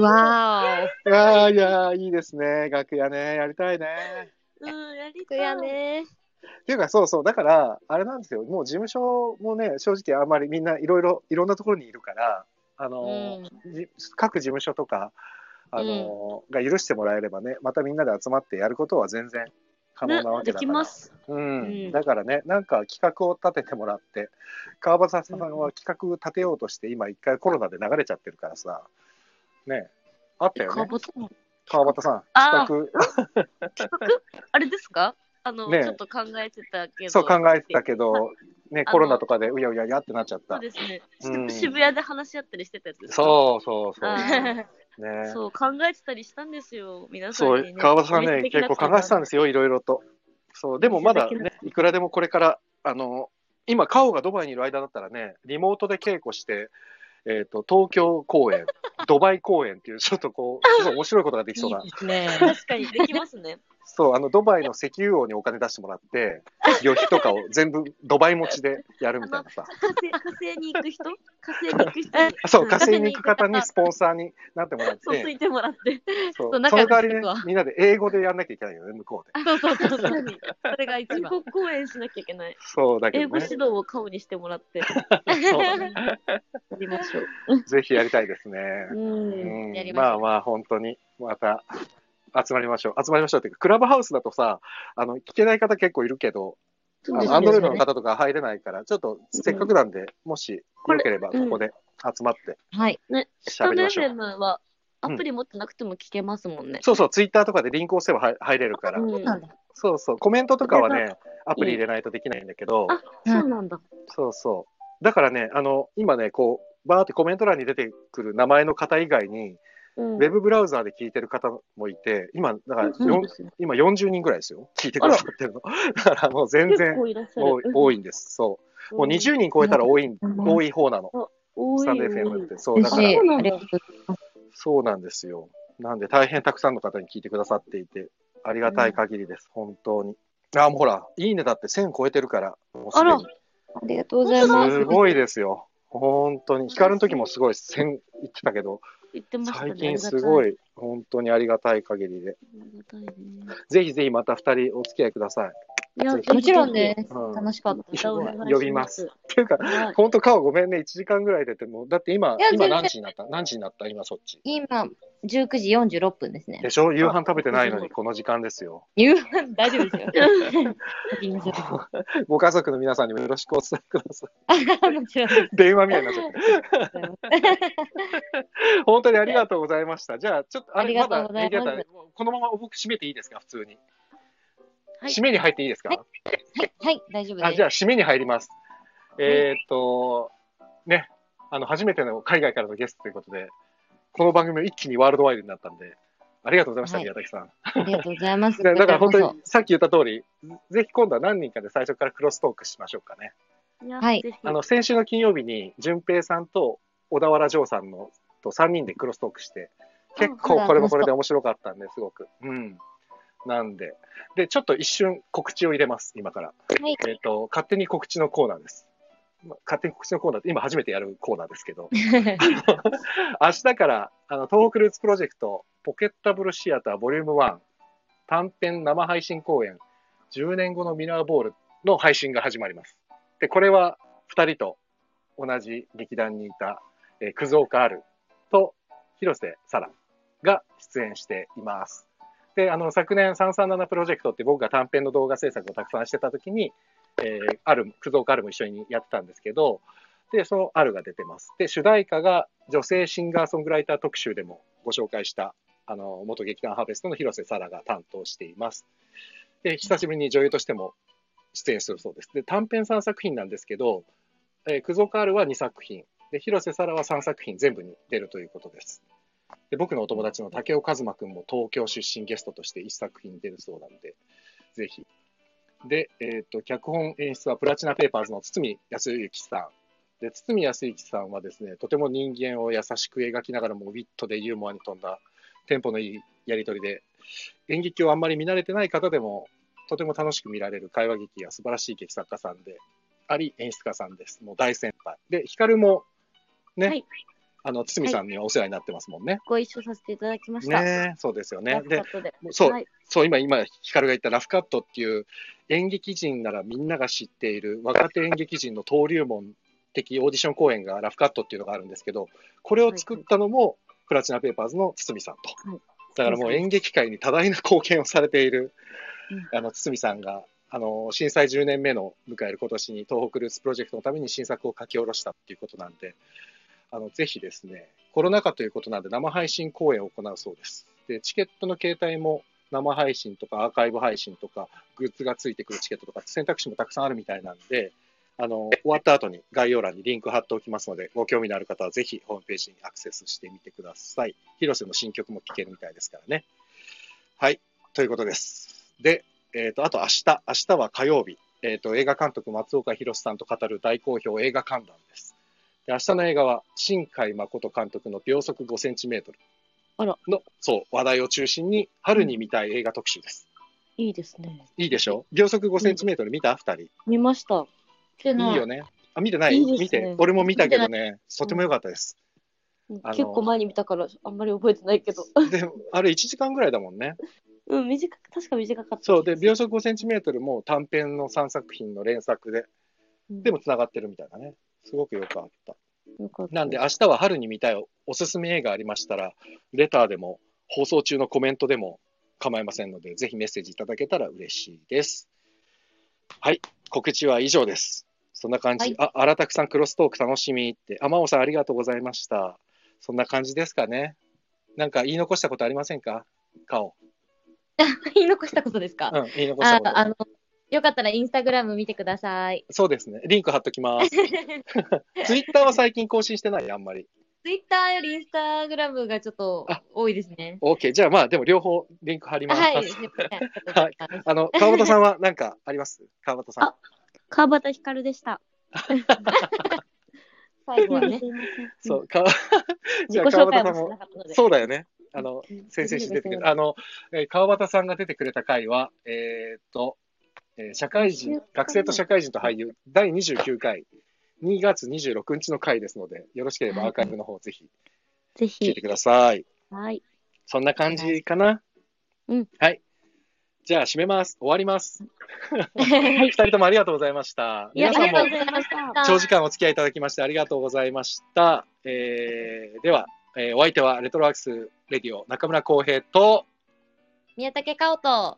わああ、いやー、いいですね。楽屋ね、やりたいね。うん、やりーお。たい。やね。っていうか、そうそう、だから、あれなんですよ。もう事務所もね、正直あんまりみんないろいろ、いろんなところにいるから、あのー、じ各事務所とか、あのー、が許してもらえればね、またみんなで集まってやることは全然可能なわけでだきから。ます。うん、うんだからね、なんか企画を立ててもらって、川端さんは企画を立てようとして、今一回コロナで流れちゃってるからさ、ね、あったよね。ボトム川端さん、あー企あれですかあの、ねえちょっと考えてたけ画、ど。そう考えてたけあど、ね、あのコロナとかでうやうややってなっちゃっそたう。ですね。うん渋谷で話し合ったりしてたやつですかそうそうそう。ね。あーそう、考えてたりしたんですよ、皆さんそに、う、川端さんね、結構考えてたんでですよ、いろいろと。そう、でもまだね、いくらでもこれから、あの、今、カオがドバイにいる間だったらね、リモートで稽古して、えっ、と、東京公演、ドバイ公演っていう、ちょっとこう、すごい面白いことができそうな。すね。確かにできますね。そう、あの、ドバイの石油王にお金出してもらって、旅費とかを全部ドバイ持ちでやるみたいなさ。火星火星に行く人火星に行 く人にそう、火星に行く方にスポンサーになってもらって、そうついてもらって。そうそうその代わりね仲良く行くわ、みんなで英語でやんなきゃいけないよね、向こうで。そうそうそう。 確かに。それが一全番。国公演しなきゃいけない。そうだけ英ど語指ね。導を顔にしてもらって やそうだねりましょう。ぜひやりたいですね。うん。うんやりましょうまあまあ、本当に、また集まりましょう。集まりましょうっていうか、クラブハウスだとさ、あの、聞けない方結構いるけど、そうあですのアンドロイドのね。方とか入れないから、ちょっとせっかくなんで、もしよければ、これうんここで集まってはい。ね、スタ喋ンドりましょう。 FM はアプリ持ってなくても聞けますもんね。そうそう、ツイッターとかでリンク押せば入入れるから、うんなんだ。そうそう、コメントとかはね、アプリ入れないとできないんだけど、あそうなんだ。そうそう。だからね、あの、今ね、こう、バーってコメント欄に出てくる名前の方以外に、うんウェブブラウザーで聞いてる方もいて、今、だから、そうよんですね今40人ぐらいですよ。聞いてくださってるの。 だからもう全結然構いらっしゃる。多い多いんです。そう。もう20人超えたら多い、うん多い方なの。多い。スタンド FM って。そう、だ嬉かしい。ら、そうなあんりだがとうございます。そうなんですよ。なんで、大変たくさんの方に聞いてくださっていて、ありがたい限りです。本当に。あ、もうほら、いいねだって1000超えてるから、もうすあでらに。、ありがとうございます。すごいですよ。本当に。光の時もすごい1000言ってたけど、言ってましたね。最近すごい。い、本当にありがたい限りで。ありがたいねぜひぜひまた2人お付き合いください。いやももちろんぜです。うん楽しかった。ひぜひまたお願いしま。呼びますっていうか、はい本当顔ごめんね、1時間ぐらい出てもう、だって今いや、今全然何時になった何時になった今そっち。今、19時46分ですねで。しょ夕飯食べてないのにこの時間ですよ。 夕飯 大丈夫 ですよ。先にちょっご家族の皆さんにもよろしくお伝えくださともちろんです。い。電話みたいになっちゃった。本当にありがとうございました。じゃあ、ちょっと、ありがとうござまだメいますディアタイムこのまま僕締めていいですか普通に。はい締めに入っていいですか、はいはい、大丈夫です。あじゃあ、締めに入ります。えーっと、ね、あの、初めての海外からのゲストということで、この番組も一気にワールドワイドになったんで、ありがとうございました、はい宮崎さん。ありがとうございます。だだから本こちら当こにさっき言った通り、ぜひ今度は何人かで最初からクロストークしましょうかね。いやはいぜひあの先週の金曜日に、淳平さんと小田原城さんのと3人でクロストークして、結構これもこれで面白かったんですごく。うん。なんで。で、ちょっと一瞬告知を入れます、今から。そ。はい。えっ、と、勝手に告知のコーナーです。まあ勝手に告知のコーナーって今初めてやるコーナーですけど、明日からあの東北ルーツプロジェクトポケッタブルシアターボリューム1短編生配信公演10年後のミラーボールの配信が始まります。で、これは2人と同じ劇団にいた、えー、葛岡あると広瀬さらが出演しています。で、あの、昨年337プロジェクトって僕が短編の動画制作をたくさんしてた時に、えー、ある、葛岡あるも一緒にやってたんですけど、で、そのあるが出てます。で、主題歌が女性シンガーソングライター特集でもご紹介した、あの、元劇団ハーベストの広瀬さらが担当しています。で、久しぶりに女優としても出演するそうです。で、短編3作品なんですけど、えー、クゾカールは2作品、で、広瀬さらは3作品全部に出るということです。で、僕のお友達の竹尾和馬くんも東京出身ゲストとして1作品出るそうなんで、ぜひ。で、えっ、と、脚本演出はプラチナペーパーズの堤康之さん。で堤康之さんはですねとても人間を優しく描きながらもウィットでユーモアに富んだテンポのいいやり取りで演劇をあんまり見慣れてない方でもとても楽しく見られる会話劇が素晴らしい劇作家さんであり演出家さんですもう大先輩で光もね、はいあの堤さんにはお世話になってますもんね、ご一緒させていただきました。ねえそうですよねラフカでットでそうはいそう、今、今、ヒカルが言ったラフカットっていう演劇人ならみんなが知っている若手演劇人の登竜門的オーディション公演がラフカットっていうのがあるんですけど、これを作ったのもプラチナペーパーズの堤さんと。はいだからもう演劇界に多大な貢献をされているうあの堤さんが、あの震災10年目の迎える今年に東北ルーツプロジェクトのために新作を書き下ろしたっていうことなんで、あのぜひですね、コロナ禍ということなんで生配信公演を行うそうです。で、チケットの携帯も生配信とかアーカイブ配信とかグッズがついてくるチケットとか選択肢もたくさんあるみたいなんで、あの終わった後に概要欄にリンク貼っておきますので、ご興味のある方はぜひホームページにアクセスしてみてください。広瀬の新曲も聴けるみたいですからね。はい、ということです。で、えっ、と、あと明日、明日は火曜日、えっ、と、映画監督松岡弘さんと語る大好評映画観覧です。で明日の映画は、新海誠監督の秒速5センチメートル。あらの、そう、話題を中心に、春に見たい映画特集です。いいですね。いいでしょ秒速5センチメートル見た二人。見ました。でいいよね、ね。あ、見てないいいですね見て。俺も見たけどね、とても良かったです。あの結構前に見たから、あんまり覚えてないけど。 で、あれ1時間ぐらいだもんね。うん、短く、確か短かった。そう、で、秒速5センチメートルも短編の3作品の連作で、うんでも繋がってるみたいなね。すごく良かった。よかったなんで、明日は春に見たいおすすめ映画ありましたら、レターでも、放送中のコメントでも構いませんので、ぜひメッセージいただけたら嬉しいです。はい、告知は以上です。そんな感じ。はいあ、荒拓さん、クロストーク楽しみって。あ、真央さん、ありがとうございました。そんな感じですかね。なんか言い残したことありませんか顔。言い残したことですか、うん、言い残したあこと。あの、よかったらインスタグラム見てください。 そうですね。リンク貼っときます。ツイッターは最近更新してない、あんまり。ツイッターよりインスタグラムがちょっとあ多いですね。 OK。じゃあまあ、でも両方リンク貼りあます。 はい、すいませんちょっとはいあの、川端さんは何かあります川端さんあ。川端ひかるで した。最後はねす。いませんそう、かじ自ゃ己あ川紹介端さもんしもな、かったので。そうだよね。あの、うん先生してていいですねあの、えー川端さんが出てくれた回は、えーっと、えー社会人、学生と社会人と俳優、第29回、2月26日の回ですので、よろしければアーカイブの方ぜひ聞ぜいてひ。ください。はい。そんな感じかなうん。はい。じゃあ、締めます。終わり ます。は二人ともありがとうございました。いや皆さんもありがとうございました長時間お付き合いいただきましてありがとうございました。えーでは、えーお相手はレトロワークスレディオ中村浩平と 宮武かおと、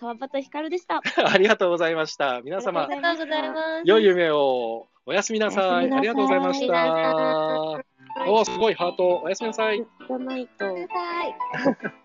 川端ひかるでした。ありがとうございました。皆あ様、りがとうございます。良い夢をおやすみなさい。おやすみなさいありがとうございましおやた。おーすごいハート。おやすみなさい。じゃないと。ください。